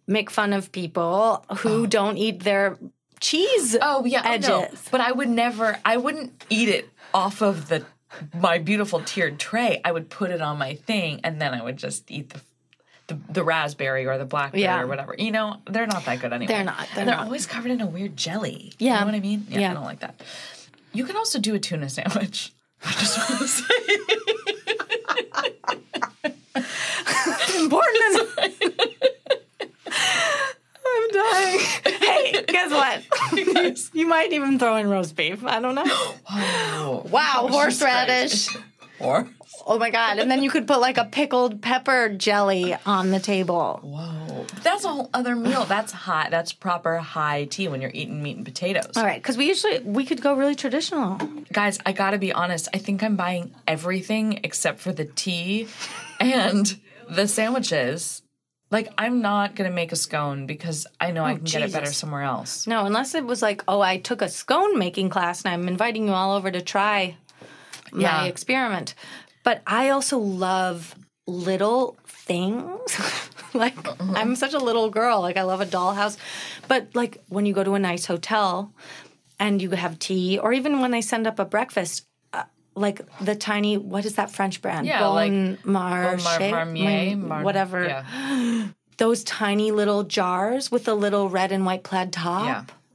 Speaker 5: make fun of people who don't eat their cheese.
Speaker 4: Oh yeah, oh, no.
Speaker 5: edges.
Speaker 4: But I would never. I wouldn't eat it off of the my beautiful tiered tray. I would put it on my thing, and then I would just eat the. The, the raspberry or the blackberry
Speaker 5: Yeah.
Speaker 4: or whatever. You know, they're not that good anyway.
Speaker 5: They're not, they're
Speaker 4: and they're
Speaker 5: not.
Speaker 4: always covered in a weird jelly. You
Speaker 5: Yeah.
Speaker 4: know what I mean? Yeah,
Speaker 5: Yeah.
Speaker 4: I don't like that. You can also do a tuna sandwich. I just want to say.
Speaker 5: important. I'm dying. Hey, guess what?
Speaker 4: Guys.
Speaker 5: you might even throw in roast beef. I don't know. Wow, horseradish.
Speaker 4: Or.
Speaker 5: Oh my god! And then you could put like a pickled pepper jelly on the table.
Speaker 4: Whoa. But that's a whole other meal. That's hot. That's proper high tea when you're eating meat and potatoes.
Speaker 5: All right, because we usually we could go really traditional.
Speaker 4: Guys, I gotta be honest. I think I'm buying everything except for the tea and the sandwiches. Like, I'm not gonna make a scone because I know I can get it better
Speaker 5: Oh, Jesus.
Speaker 4: somewhere else.
Speaker 5: No, unless it was like, oh, I took a scone making class and I'm inviting you all over to try my
Speaker 4: Yeah.
Speaker 5: experiment. But I also love little things. like I'm such a little girl. Like I love a dollhouse. But like when you go to a nice hotel and you have tea, or even when they send up a breakfast. uh, Like the tiny, what is that French brand?
Speaker 4: Yeah, like-
Speaker 5: Bon
Speaker 4: Or
Speaker 5: Marché,
Speaker 4: Oh, mar- marmier,
Speaker 5: Mar-
Speaker 4: mar-
Speaker 5: whatever.
Speaker 4: Yeah,
Speaker 5: Those tiny little jars with a little red and white plaid top.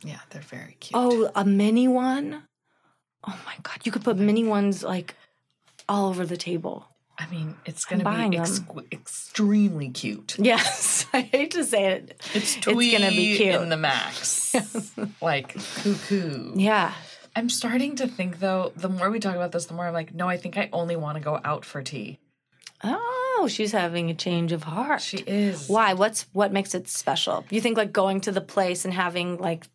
Speaker 4: yeah, yeah. They're very cute.
Speaker 5: Oh, a mini one. Oh my god, you could put mini ones like all over the table.
Speaker 4: I mean, it's gonna
Speaker 5: buying
Speaker 4: be
Speaker 5: them.
Speaker 4: exqu- extremely cute.
Speaker 5: Yes, I hate to say it.
Speaker 4: It's
Speaker 5: gonna
Speaker 4: twee
Speaker 5: be cute.
Speaker 4: in the max, like cuckoo.
Speaker 5: Yeah.
Speaker 4: I'm starting to think though. The more we talk about this, the more I'm like, no, I think I only want to go out for tea.
Speaker 5: Oh, she's having a change of heart.
Speaker 4: She is.
Speaker 5: Why? What's what makes it special? You think like going to the place and having like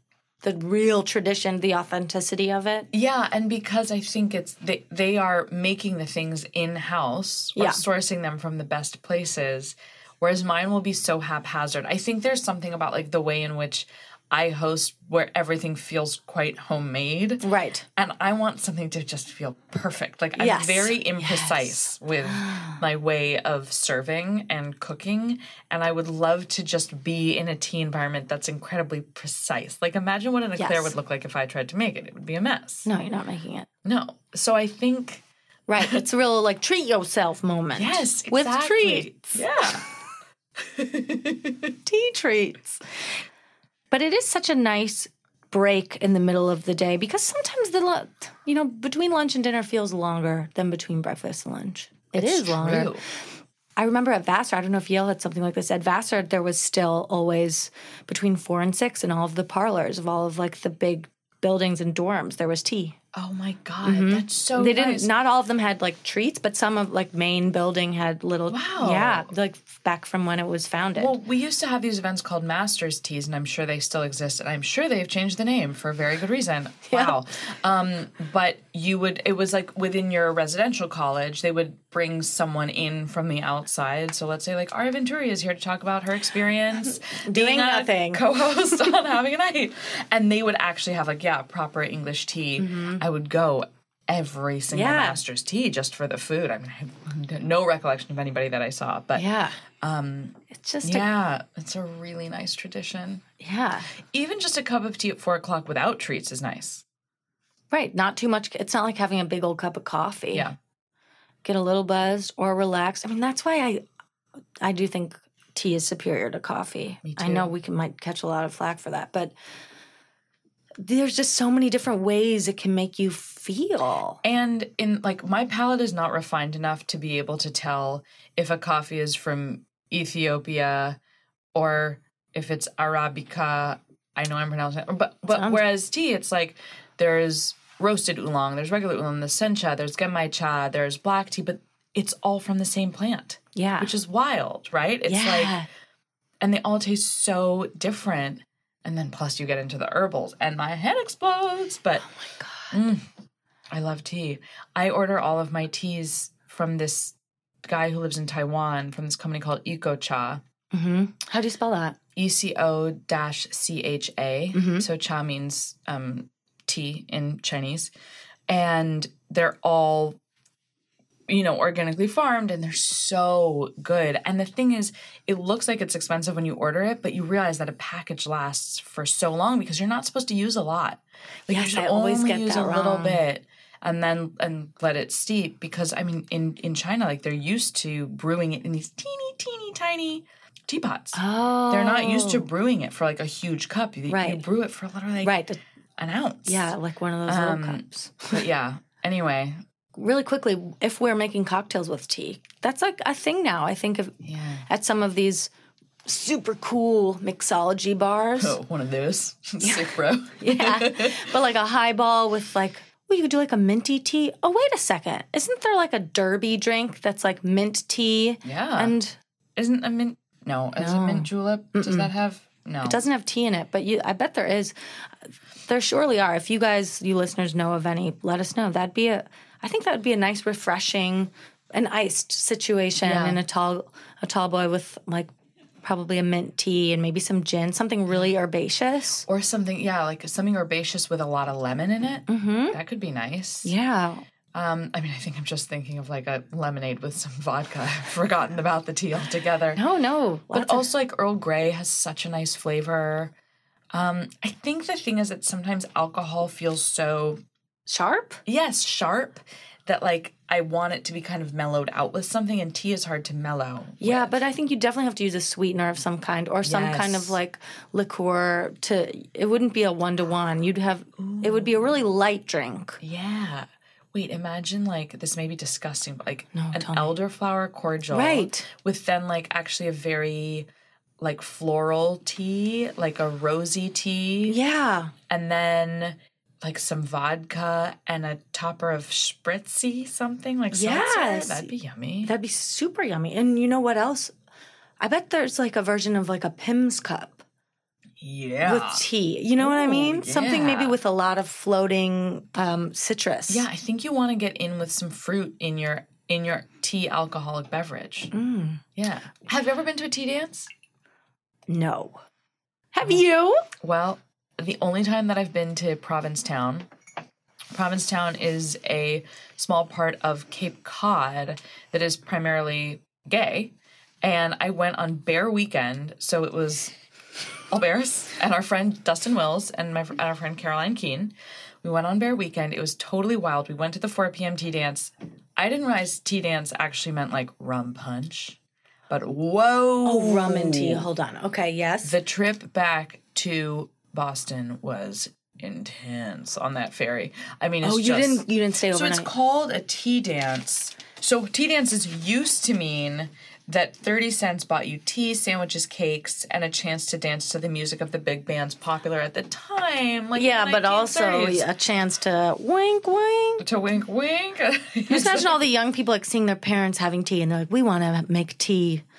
Speaker 5: the real tradition, the authenticity of it?
Speaker 4: Yeah, and because I think it's they they are making the things in house or
Speaker 5: Yeah.
Speaker 4: sourcing them from the best places, whereas mine will be so haphazard. I think there's something about like the way in which I host where everything feels quite homemade.
Speaker 5: Right.
Speaker 4: And I want something to just feel perfect. Like I'm
Speaker 5: Yes.
Speaker 4: very imprecise with my way of serving and cooking. And I would love to just be in a tea environment that's incredibly precise. Like imagine what an eclair
Speaker 5: Yes.
Speaker 4: would look like if I tried to make it. It would be a mess.
Speaker 5: No, you're not making it.
Speaker 4: No. So I think
Speaker 5: Right. It's a real like treat yourself moment.
Speaker 4: yes,
Speaker 5: With
Speaker 4: exactly.
Speaker 5: treats.
Speaker 4: Yeah.
Speaker 5: tea treats. But it is such a nice break in the middle of the day because sometimes the lu- you know between lunch and dinner feels longer than between breakfast and lunch. It is longer.
Speaker 4: True.
Speaker 5: I remember at Vassar, I don't know if Yale had something like this. At Vassar, there was still always between four and six in all of the parlors of all of like the big buildings and dorms, there was tea.
Speaker 4: Oh my god, that's so.
Speaker 5: Mm-hmm. They didn't.
Speaker 4: Oh, nice.
Speaker 5: Not all of them had like treats, but some of like main building had little.
Speaker 4: Wow.
Speaker 5: Yeah, like back from when it was founded.
Speaker 4: Well, we used to have these events called Masters Teas, and I'm sure they still exist, and I'm sure they've changed the name for a very good reason. Wow. Um, but you would, it was like within your residential college, they would bring someone in from the outside. So let's say like Ari Venturi is here to talk about her experience
Speaker 5: Doing
Speaker 4: being a
Speaker 5: nothing.
Speaker 4: co-host on Having a Night, and they would actually have like yeah proper English tea. I would go. Every single
Speaker 5: Mm-hmm. Yeah.
Speaker 4: master's tea just for the food. I mean, I have no recollection of anybody that I saw, but
Speaker 5: yeah. Um, it's just a
Speaker 4: yeah, it's a really nice tradition.
Speaker 5: Yeah.
Speaker 4: Even just a cup of tea at four o'clock without treats is nice.
Speaker 5: Right. Not too much. It's not like having a big old cup of coffee.
Speaker 4: Yeah.
Speaker 5: Get a little buzzed or relaxed. I mean, that's why I I do think tea is superior to coffee.
Speaker 4: Me
Speaker 5: I
Speaker 4: too.
Speaker 5: know we can might catch a lot of flack for that, but there's just so many different ways it can make you feel.
Speaker 4: And in like my palate is not refined enough to be able to tell if a coffee is from Ethiopia or if it's Arabica, I know I'm pronouncing it, but but
Speaker 5: Sounds-
Speaker 4: whereas tea, it's like there's roasted oolong, there's regular oolong, there's sencha, there's genmai cha, there's black tea, but it's all from the same plant.
Speaker 5: Yeah.
Speaker 4: which is wild, right? It's
Speaker 5: yeah.
Speaker 4: like and they all taste so different. And then plus you get into the herbals, and my head explodes. But oh my god, I love tea. I order all of my teas from this guy who lives in Taiwan from this company called EcoCha.
Speaker 5: hmm How do you spell that?
Speaker 4: E C O dash C H A.
Speaker 5: Mm-hmm.
Speaker 4: So cha means um, tea in Chinese. And they're all, you know, organically farmed and they're so good. And the thing is, it looks like it's expensive when you order it, but you realize that a package lasts for so long because you're not supposed to use a lot. Like
Speaker 5: Yes,
Speaker 4: you should
Speaker 5: I always
Speaker 4: only
Speaker 5: get
Speaker 4: use
Speaker 5: that
Speaker 4: a little
Speaker 5: wrong.
Speaker 4: bit and then and let it steep because I mean in in China like they're used to brewing it in these teeny teeny tiny teapots.
Speaker 5: Oh,
Speaker 4: They're not used to brewing it for like a huge cup. You, you
Speaker 5: Right.
Speaker 4: brew it for literally
Speaker 5: Oh. right.
Speaker 4: an ounce.
Speaker 5: Yeah, like one of those
Speaker 4: Um,
Speaker 5: little cups.
Speaker 4: But yeah. Anyway.
Speaker 5: Really quickly, if we're making cocktails with tea, that's like a thing now. I think of
Speaker 4: Yeah.
Speaker 5: at some of these super cool mixology bars.
Speaker 4: Oh, one of those. Sick, bro.
Speaker 5: Yeah. but like a highball with like, well, you could do like a minty tea. Oh, wait a second. Isn't there like a derby drink that's like mint tea?
Speaker 4: Yeah.
Speaker 5: And
Speaker 4: Isn't a mint? No. Is a mint julep? Does that have? No.
Speaker 5: it doesn't have tea in it, but you I bet there is. There surely are. If you guys, you listeners know of any, let us know. That'd be a I think that would be a nice refreshing an iced situation
Speaker 4: Yeah.
Speaker 5: in a tall a tall boy with like probably a mint tea and maybe some gin, something really herbaceous.
Speaker 4: Or something. Yeah, like something herbaceous with a lot of lemon in it. Mm-hmm. That could be nice.
Speaker 5: Yeah.
Speaker 4: Um, I mean, I think I'm just thinking of like a lemonade with some vodka. I've forgotten about the tea altogether.
Speaker 5: No, no.
Speaker 4: But
Speaker 5: Lots of-
Speaker 4: also, like Earl Grey has such a nice flavor. Um, I think the thing is that sometimes alcohol feels so
Speaker 5: sharp?
Speaker 4: yes sharp that like I want it to be kind of mellowed out with something, and tea is hard to mellow.
Speaker 5: Yeah, but I think you definitely have to use a sweetener of some kind or some kind
Speaker 4: Yes.
Speaker 5: of like liqueur to it wouldn't be a one to one. You'd have it would be a really light drink.
Speaker 4: Yeah. Wait, imagine like this may be disgusting, but like an
Speaker 5: tell me.
Speaker 4: elderflower cordial,
Speaker 5: Right.
Speaker 4: With then like actually a very like floral tea, like a rosy tea.
Speaker 5: Yeah.
Speaker 4: and then like some vodka and a topper of spritzy something like
Speaker 5: Yes.
Speaker 4: seltzer. That'd be yummy.
Speaker 5: That'd be super yummy. And you know what else? I bet there's like a version of like a Pim's cup
Speaker 4: yeah.
Speaker 5: with tea. You know what I
Speaker 4: Ooh,
Speaker 5: mean? Something maybe
Speaker 4: yeah.
Speaker 5: with a lot of floating um, citrus.
Speaker 4: yeah, I think you want to get in with some fruit in your in your tea alcoholic beverage. Yeah. Have you ever been to a tea dance?
Speaker 5: No. Have you?
Speaker 4: Well, the only time that I've been to Provincetown, Provincetown is a small part of Cape Cod that is primarily gay. And I went on Bear Weekend, so it was all bears and our friend Dustin Wills and my fr- and our friend Caroline Keene. We went on Bear Weekend. It was totally wild. We went to the 4 p.m. tea dance. I didn't realize tea dance actually meant like rum punch, but whoa,
Speaker 5: Oh, rum and tea. Hold on. Okay, yes.
Speaker 4: the trip back to Boston was intense on that ferry. I mean, it's
Speaker 5: oh, you
Speaker 4: just-
Speaker 5: didn't you didn't stay
Speaker 4: So
Speaker 5: overnight.
Speaker 4: it's called a tea dance. So tea dances used to mean that 30 cents bought you tea, sandwiches, cakes, and a chance to dance to the music of the big bands popular at the time. Like in
Speaker 5: yeah,
Speaker 4: the
Speaker 5: but also
Speaker 4: 1930s.
Speaker 5: a chance to wink wink.
Speaker 4: to wink wink.
Speaker 5: Just imagine all the young people like seeing their parents having tea and they're like, We wanna make tea.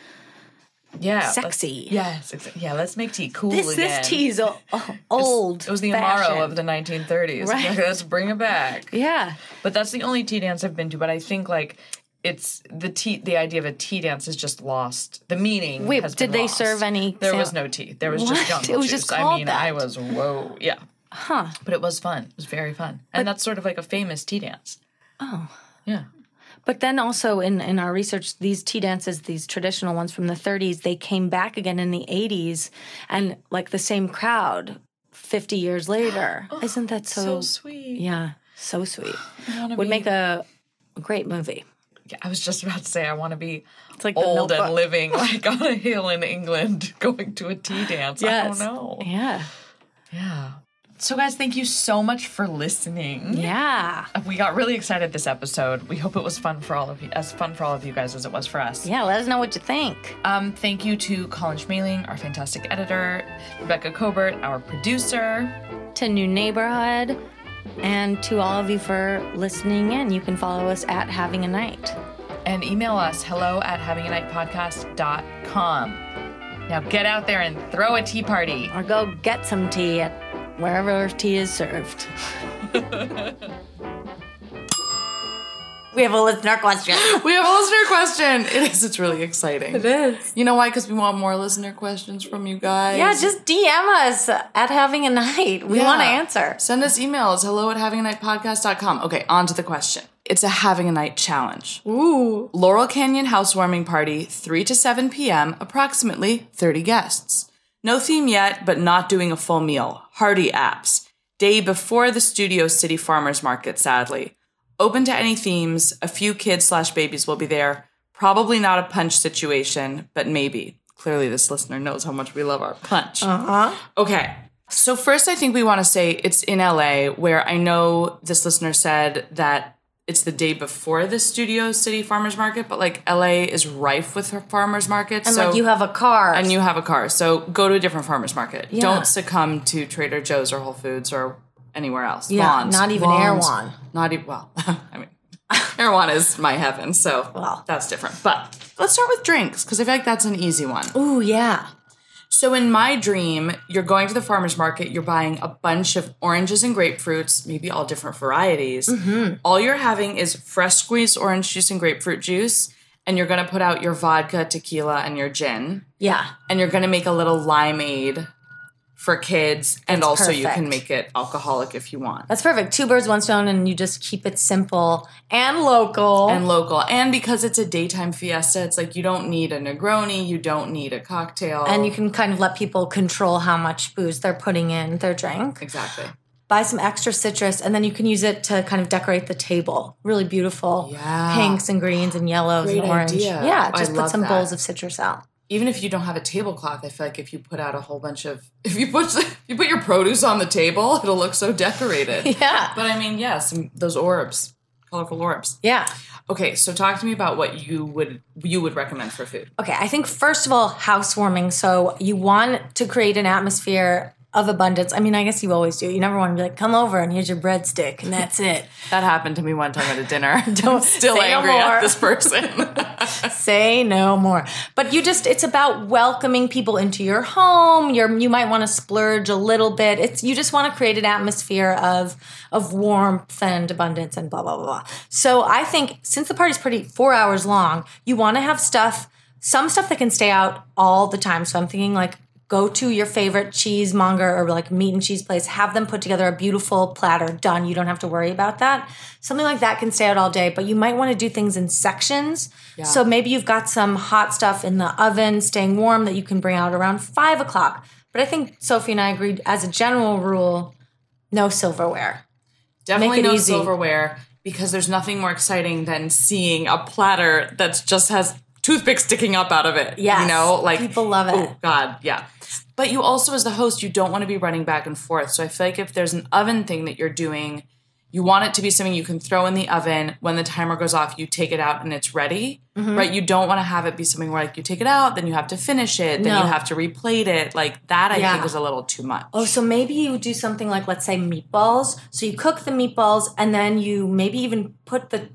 Speaker 4: yeah. let's-
Speaker 5: Sexy.
Speaker 4: Yes. exa- Yeah, let's make tea cool
Speaker 5: This
Speaker 4: again.
Speaker 5: this tea's o- old.
Speaker 4: It was the
Speaker 5: fashioned.
Speaker 4: Amaro of the 1930s.
Speaker 5: Right.
Speaker 4: Let's bring it back.
Speaker 5: Yeah.
Speaker 4: But that's the only tea dance I've been to. But I think like it's the tea. The idea of a tea dance is just lost. The meaning.
Speaker 5: Wait,
Speaker 4: has
Speaker 5: did
Speaker 4: been
Speaker 5: they
Speaker 4: lost.
Speaker 5: serve any
Speaker 4: There
Speaker 5: sam-
Speaker 4: was no tea. There was
Speaker 5: What?
Speaker 4: just jungle
Speaker 5: It was
Speaker 4: juice.
Speaker 5: just
Speaker 4: I
Speaker 5: called
Speaker 4: mean, I
Speaker 5: that.
Speaker 4: was whoa, yeah.
Speaker 5: Huh.
Speaker 4: But it was fun. It was very fun, and that's sort of like a famous tea dance. Oh. Yeah.
Speaker 5: But then also in, in our research, these tea dances, these traditional ones from the 30s, they came back again in the 80s and like the same crowd 50 years later. Isn't that so,
Speaker 4: So sweet.
Speaker 5: Yeah, so sweet.
Speaker 4: wanna
Speaker 5: Would
Speaker 4: be-
Speaker 5: make a great movie.
Speaker 4: Yeah, I was just about to say I want to be
Speaker 5: It's like the
Speaker 4: old
Speaker 5: Notebook.
Speaker 4: and living like on a hill in England, going to a tea dance. I
Speaker 5: Yes.
Speaker 4: don't know.
Speaker 5: Yeah.
Speaker 4: Yeah.
Speaker 6: So, guys, thank you so much for listening.
Speaker 5: Yeah.
Speaker 6: We got really excited this episode. We hope it was fun for all of you, as fun for all of you guys as it was for us.
Speaker 5: Yeah, let us know what you think.
Speaker 6: Um, thank you to Colin Schmeling, our fantastic editor, Rebecca Cobert, our producer.
Speaker 5: To New Neighborhood and to all of you for listening in. You can follow us at Having a Night.
Speaker 6: and email us hello at havinganightpodcast.com. Now get out there and throw a tea party.
Speaker 5: Or go get some tea at wherever tea is served.
Speaker 7: We have a listener question.
Speaker 4: We have a listener question. It is. It's really exciting. It is. You know why? Because we want more listener questions from you guys.
Speaker 5: Yeah, just DM us at Having a Night. We
Speaker 4: Yeah.
Speaker 5: want to answer.
Speaker 4: Send us emails. Hello at havinganightpodcast.com. Okay, on to the question. It's a having a night challenge. Ooh. Laurel Canyon housewarming party, 3 to 7 p.m., approximately 30 guests. No theme yet, but not doing a full meal. Hardy apps. Day before the Studio City Farmers Market, sadly. Open to any themes. A few kids slash babies will be there. Probably not a punch situation, but maybe. Clearly, this listener knows how much we love our punch.
Speaker 5: Uh-huh.
Speaker 4: Okay. So first I think we want to say it's in LA where I know this listener said that it's the day before the Studio City Farmers Market, but like LA is rife with farmers markets.
Speaker 5: And
Speaker 4: so
Speaker 5: like you have a car.
Speaker 4: and you have a car. So go to a different farmers market. Don't succumb to Trader Joe's or Whole Foods or anywhere else.
Speaker 5: Yeah,
Speaker 4: Lawns.
Speaker 5: not even
Speaker 4: Lawns.
Speaker 5: Erewhon.
Speaker 4: Not even well. I mean, Erewhon is my heaven, so
Speaker 5: Well.
Speaker 4: that's different. But let's start with drinks because I feel like that's an easy one.
Speaker 5: Ooh, yeah.
Speaker 4: So in my dream, you're going to the farmer's market, you're buying a bunch of oranges and grapefruits, maybe all different varieties.
Speaker 5: Mm-hmm.
Speaker 4: All you're having is fresh squeezed orange juice and grapefruit juice, and you're gonna put out your vodka, tequila, and your gin,
Speaker 5: Yeah.
Speaker 4: and you're gonna make a little limeade for kids, and also you can
Speaker 5: perfect.
Speaker 4: make it alcoholic if you want.
Speaker 5: That's perfect. Two birds, one stone, and you just keep it simple and local.
Speaker 4: and local. And because it's a daytime fiesta, it's like you don't need a Negroni, you don't need a cocktail.
Speaker 5: and you can kind of let people control how much booze they're putting in their drink.
Speaker 4: Exactly.
Speaker 5: Buy some extra citrus, and then you can use it to kind of decorate the table. Really beautiful
Speaker 4: Yeah.
Speaker 5: pinks and greens and yellows
Speaker 4: Great
Speaker 5: and orange.
Speaker 4: idea. Oh,
Speaker 5: Yeah,
Speaker 4: I
Speaker 5: just put
Speaker 4: love
Speaker 5: some
Speaker 4: that.
Speaker 5: bowls of citrus out.
Speaker 4: even if you don't have a tablecloth, I feel like if you put out a whole bunch of if you put if you put your produce on the table, it'll look so decorated.
Speaker 5: Yeah.
Speaker 4: But I mean, yes, some those orbs, colorful orbs.
Speaker 5: Yeah.
Speaker 4: Okay, so talk to me about what you would you would recommend for food.
Speaker 5: Okay, I think first of all, housewarming. So you want to create an atmosphere of abundance. I mean, I guess you always do. You never want to be like, come over and here's your breadstick and that's it.
Speaker 4: That happened to me one time at a dinner. don't still
Speaker 5: say no
Speaker 4: angry at
Speaker 5: more.
Speaker 4: this person.
Speaker 5: Say no more. But you just it's about welcoming people into your home. You're you might want to splurge a little bit. It's you just want to create an atmosphere of of warmth and abundance and blah blah blah. blah. So I think since the party's pretty 4 hours long, you want to have stuff some stuff that can stay out all the time. So I'm thinking like go to your favorite cheesemonger or like meat and cheese place, have them put together a beautiful platter, done. You don't have to worry about that. Something like that can stay out all day, but you might want to do things in sections. So maybe you've got some hot stuff in the oven staying warm that you can bring out around five o'clock. But I think Sophie and I agreed as a general rule, no silverware.
Speaker 4: Definitely
Speaker 5: Make it
Speaker 4: no
Speaker 5: easy.
Speaker 4: silverware because there's nothing more exciting than seeing a platter that just has toothpick sticking up out of it.
Speaker 5: Yes.
Speaker 4: you know, like
Speaker 5: People love it.
Speaker 4: Oh God, yeah. But you also, as the host, you don't want to be running back and forth. So I feel like if there's an oven thing that you're doing, you want it to be something you can throw in the oven. When the timer goes off, you take it out and it's ready,
Speaker 5: Mm-hmm.
Speaker 4: right? You don't want to have it be something where like you take it out, then you have to finish it, then
Speaker 5: No.
Speaker 4: you have to replate it. Like that, I
Speaker 5: Yeah.
Speaker 4: think is a little too much.
Speaker 5: Oh, so maybe you do something like, let's say, meatballs. So you cook the meatballs, and then you maybe even put the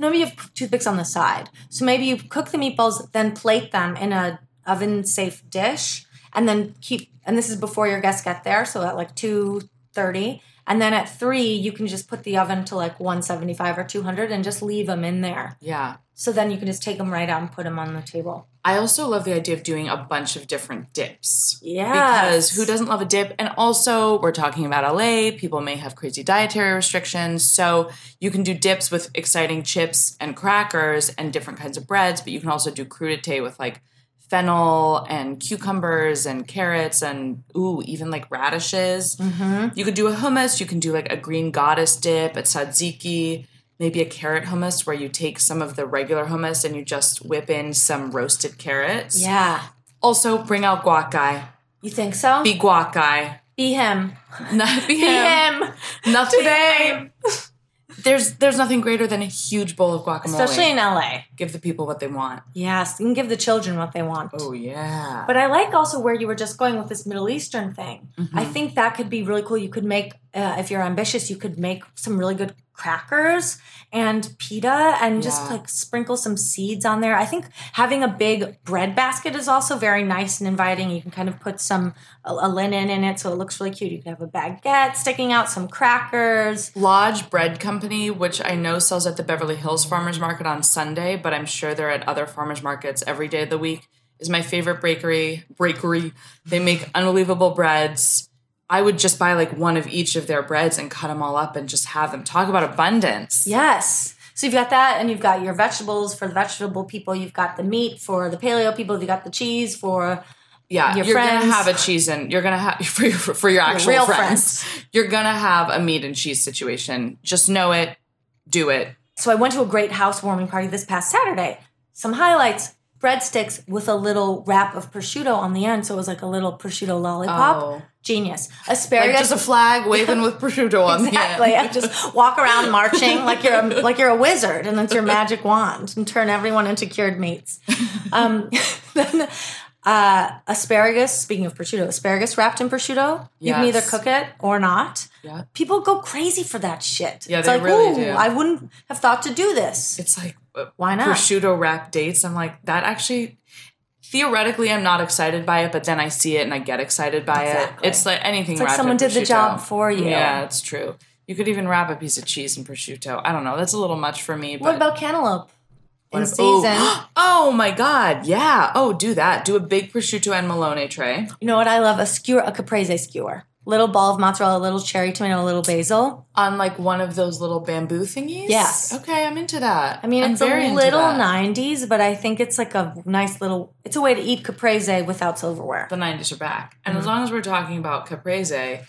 Speaker 5: no, maybe you have toothpicks on the side. So maybe you cook the meatballs, then plate them in a oven safe dish, and then keep. And this is before your guests get there, so at like two thirty, and then at three you can just put the oven to like one seventy five or two hundred, and just leave them in there.
Speaker 4: yeah.
Speaker 5: So then you can just take them right out and put them on the table.
Speaker 4: I also love the idea of doing a bunch of different dips.
Speaker 5: Yes.
Speaker 4: Because who doesn't love a dip? And also, we're talking about LA. People may have crazy dietary restrictions. So you can do dips with exciting chips and crackers and different kinds of breads, but you can also do crudité with like fennel and cucumbers and carrots and ooh, even like radishes.
Speaker 5: Mm-hmm.
Speaker 4: You could do a hummus, you can do like a green goddess dip, a tzatziki, maybe a carrot hummus where you take some of the regular hummus and you just whip in some roasted carrots.
Speaker 5: Yeah,
Speaker 4: Also, bring out guac guy.
Speaker 5: you think so?
Speaker 4: Be guac guy.
Speaker 5: Be him.
Speaker 4: Not be him.
Speaker 5: him.
Speaker 4: Not today. there's there's nothing greater than a huge bowl of guacamole.
Speaker 5: Especially in LA.
Speaker 4: give the people what they want.
Speaker 5: Yes, you can give the children what they want.
Speaker 4: Oh yeah.
Speaker 5: But I like also where you were just going with this Middle Eastern thing. I think that could be really cool. You could make, uh, if you're ambitious, you could make some really good crackers and pita and just
Speaker 4: Yeah.
Speaker 5: like sprinkle some seeds on there. I think having a big bread basket is also very nice and inviting. You can kind of put some a, a linen in it so it looks really cute. You can have a baguette sticking out, some crackers.
Speaker 4: Lodge Bread Company, which I know sells at the Beverly Hills Farmers Market on Sunday, but I'm sure they're at other farmers markets every day of the week, is my favorite bakery. Bakery. They make unbelievable breads. I would just buy like one of each of their breads and cut them all up and just have them. Talk about abundance.
Speaker 5: Yes. So you've got that, and you've got your vegetables for the vegetable people. You've got the meat for the paleo people. You've got the cheese for
Speaker 4: Yeah,
Speaker 5: Your
Speaker 4: you're
Speaker 5: friends.
Speaker 4: gonna have a cheese and you're gonna have for your, for your actual
Speaker 5: real
Speaker 4: friends. You're gonna have a meat and cheese situation. Just know it, do it.
Speaker 5: So I went to a great housewarming party this past Saturday. Some highlights breadsticks with a little wrap of prosciutto on the end. So it was like a little prosciutto lollipop.
Speaker 4: Oh.
Speaker 5: Genius.
Speaker 4: Like
Speaker 5: Asparagus.
Speaker 4: just a flag waving with prosciutto on
Speaker 5: Exactly.
Speaker 4: the end.
Speaker 5: I just walk around marching like you're a, like you're a wizard, and it's your magic wand, and turn everyone into cured meats. Um, then uh, asparagus. Speaking of prosciutto, asparagus wrapped in prosciutto. You can either
Speaker 4: Yes.
Speaker 5: cook it or not.
Speaker 4: Yeah.
Speaker 5: People go crazy for that shit.
Speaker 4: Yeah,
Speaker 5: it's
Speaker 4: they
Speaker 5: like,
Speaker 4: really
Speaker 5: Ooh,
Speaker 4: do.
Speaker 5: I wouldn't have thought to do this.
Speaker 4: It's like uh,
Speaker 5: Why not?
Speaker 4: prosciutto wrap dates. I'm like that actually. Theoretically, I'm not excited by it, but then I see it and I get excited by
Speaker 5: Exactly.
Speaker 4: it. It's like anything.
Speaker 5: It's like
Speaker 4: wrapped
Speaker 5: someone
Speaker 4: in
Speaker 5: did the
Speaker 4: prosciutto.
Speaker 5: job for you.
Speaker 4: Yeah, it's true. You could even wrap a piece of cheese in prosciutto. I don't know. That's a little much for me. But
Speaker 5: What about cantaloupe? In
Speaker 4: What if- oh.
Speaker 5: season.
Speaker 4: Oh my god, yeah. Oh, do that. Do a big prosciutto and Malone tray.
Speaker 5: You know what I love? A skewer, a caprese skewer. Little ball of mozzarella, little cherry tomato, little basil.
Speaker 4: On like one of those little bamboo thingies?
Speaker 5: Yes.
Speaker 4: Okay, I'm into that.
Speaker 5: I mean,
Speaker 4: I'm
Speaker 5: it's a
Speaker 4: very into
Speaker 5: little
Speaker 4: that.
Speaker 5: 90s, but I think it's like a nice little, it's a way to eat caprese without silverware.
Speaker 4: The 90s are back. And
Speaker 5: Mm-hmm.
Speaker 4: as long as we're talking about caprese,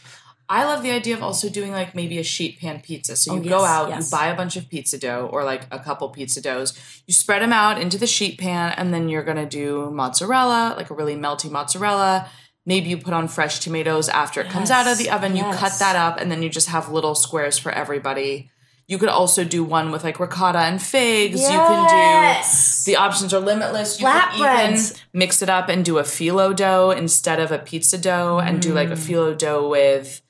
Speaker 4: I love the idea of also doing like maybe a sheet pan pizza. So you
Speaker 5: Oh,
Speaker 4: go
Speaker 5: yes,
Speaker 4: out,
Speaker 5: yes.
Speaker 4: you buy a bunch of pizza dough or like a couple pizza doughs, you spread them out into the sheet pan, and then you're gonna do mozzarella, like a really melty mozzarella. Maybe you put on fresh tomatoes after it comes out of the oven, you cut
Speaker 5: yes.
Speaker 4: that up, and then you just have little squares for everybody. You could also do one with like ricotta and figs. You can do
Speaker 5: Yes.
Speaker 4: the options are limitless. You can even
Speaker 5: Flatbreads.
Speaker 4: mix it up and do a phyllo dough instead of a pizza dough, and do like a phyllo dough with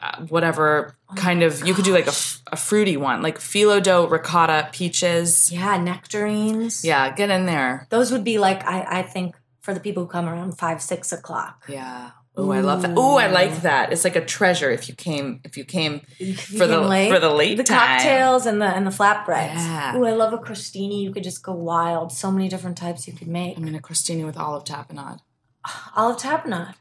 Speaker 4: uh, whatever kind of. You could do like a, f- a fruity one, like phyllo dough, ricotta, peaches.
Speaker 5: Yeah, nectarines.
Speaker 4: Yeah, get in there.
Speaker 5: Those would be like, I, I think, for the people who come around five, six o'clock.
Speaker 4: Yeah. Oh, I love that. Oh, I like that. It's like a treasure if you came if you came for the
Speaker 5: came late.
Speaker 4: for the late
Speaker 5: The
Speaker 4: time.
Speaker 5: cocktails and the and the flatbreads.
Speaker 4: Yeah.
Speaker 5: Ooh, I love a crostini. You could just go wild. So many different types you could make.
Speaker 4: I'm in a crostini with olive tapenade.
Speaker 5: Olive tapenade.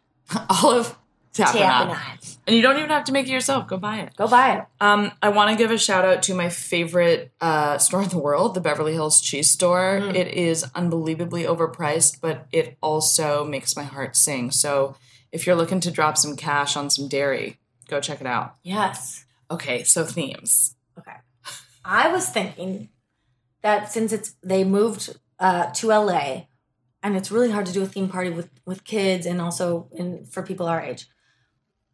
Speaker 4: Olive tapenade.
Speaker 5: Tapenade.
Speaker 4: And you don't even have to make it yourself. Go buy it.
Speaker 5: Go buy it.
Speaker 4: Um, I want to give a shout out to my favorite uh, store in the world, the Beverly Hills Cheese Store. It is unbelievably overpriced, but it also makes my heart sing. So if you're looking to drop some cash on some dairy, go check it out.
Speaker 5: Yes.
Speaker 4: Okay, so themes.
Speaker 5: Okay. I was thinking that since it's they moved uh, to LA, and it's really hard to do a theme party with with kids and also in for people our age.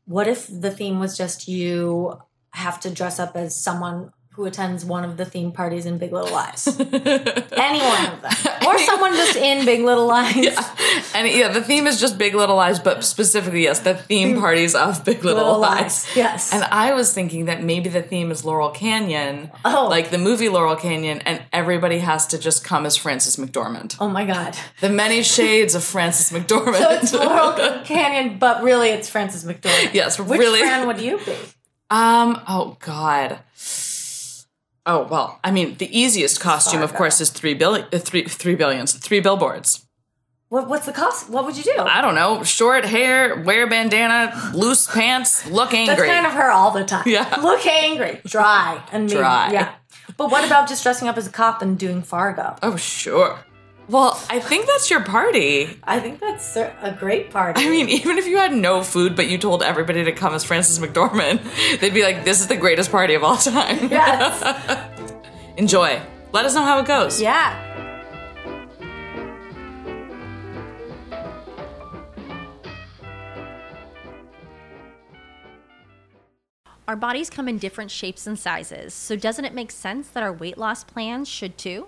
Speaker 5: What if the theme was just you have to dress up as someone who attends one of the theme parties in Big Little Lies? Any one of them, or someone just in Big Little Lies.
Speaker 4: And yeah, the theme is just Big Little Lies, but specifically, yes, the theme parties of Big Little,
Speaker 5: Little
Speaker 4: Lies.
Speaker 5: Lies, yes.
Speaker 4: And I was thinking that maybe the theme is Laurel Canyon,
Speaker 5: Oh.
Speaker 4: like the movie Laurel Canyon, and everybody has to just come as Frances McDormand.
Speaker 5: Oh my God!
Speaker 4: The many shades of Frances McDormand.
Speaker 5: So it's Laurel Canyon, but really it's Frances McDormand.
Speaker 4: yes,
Speaker 5: Which
Speaker 4: really.
Speaker 5: Fran would you be?
Speaker 4: Um. Oh God. Oh well. I mean, the easiest costume, of course, is three billion, uh, three three billions, three billboards.
Speaker 5: What, what's the cost? What would you do?
Speaker 4: I don't know. Short hair, wear bandana, loose pants, look
Speaker 5: That's
Speaker 4: angry.
Speaker 5: kind of her all the time.
Speaker 4: Yeah.
Speaker 5: Look angry, dry, and mean.
Speaker 4: Dry.
Speaker 5: Yeah. But what about just dressing up as a cop and doing Fargo?
Speaker 4: oh sure. Well, I think that's your party.
Speaker 5: I think that's a a great party.
Speaker 4: I mean, even if you had no food, but you told everybody to come as Frances McDormand, they'd be like, "This is the greatest party of all time."
Speaker 5: yes.
Speaker 4: Enjoy. Let us know how it goes.
Speaker 5: yeah.
Speaker 8: Our bodies come in different shapes and sizes, so doesn't it make sense that our weight loss plans should too?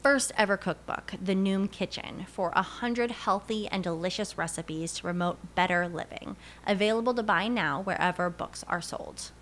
Speaker 8: first ever cookbook, The Noom Kitchen, for 100 healthy and delicious recipes to promote better living. Available to buy now wherever books are sold.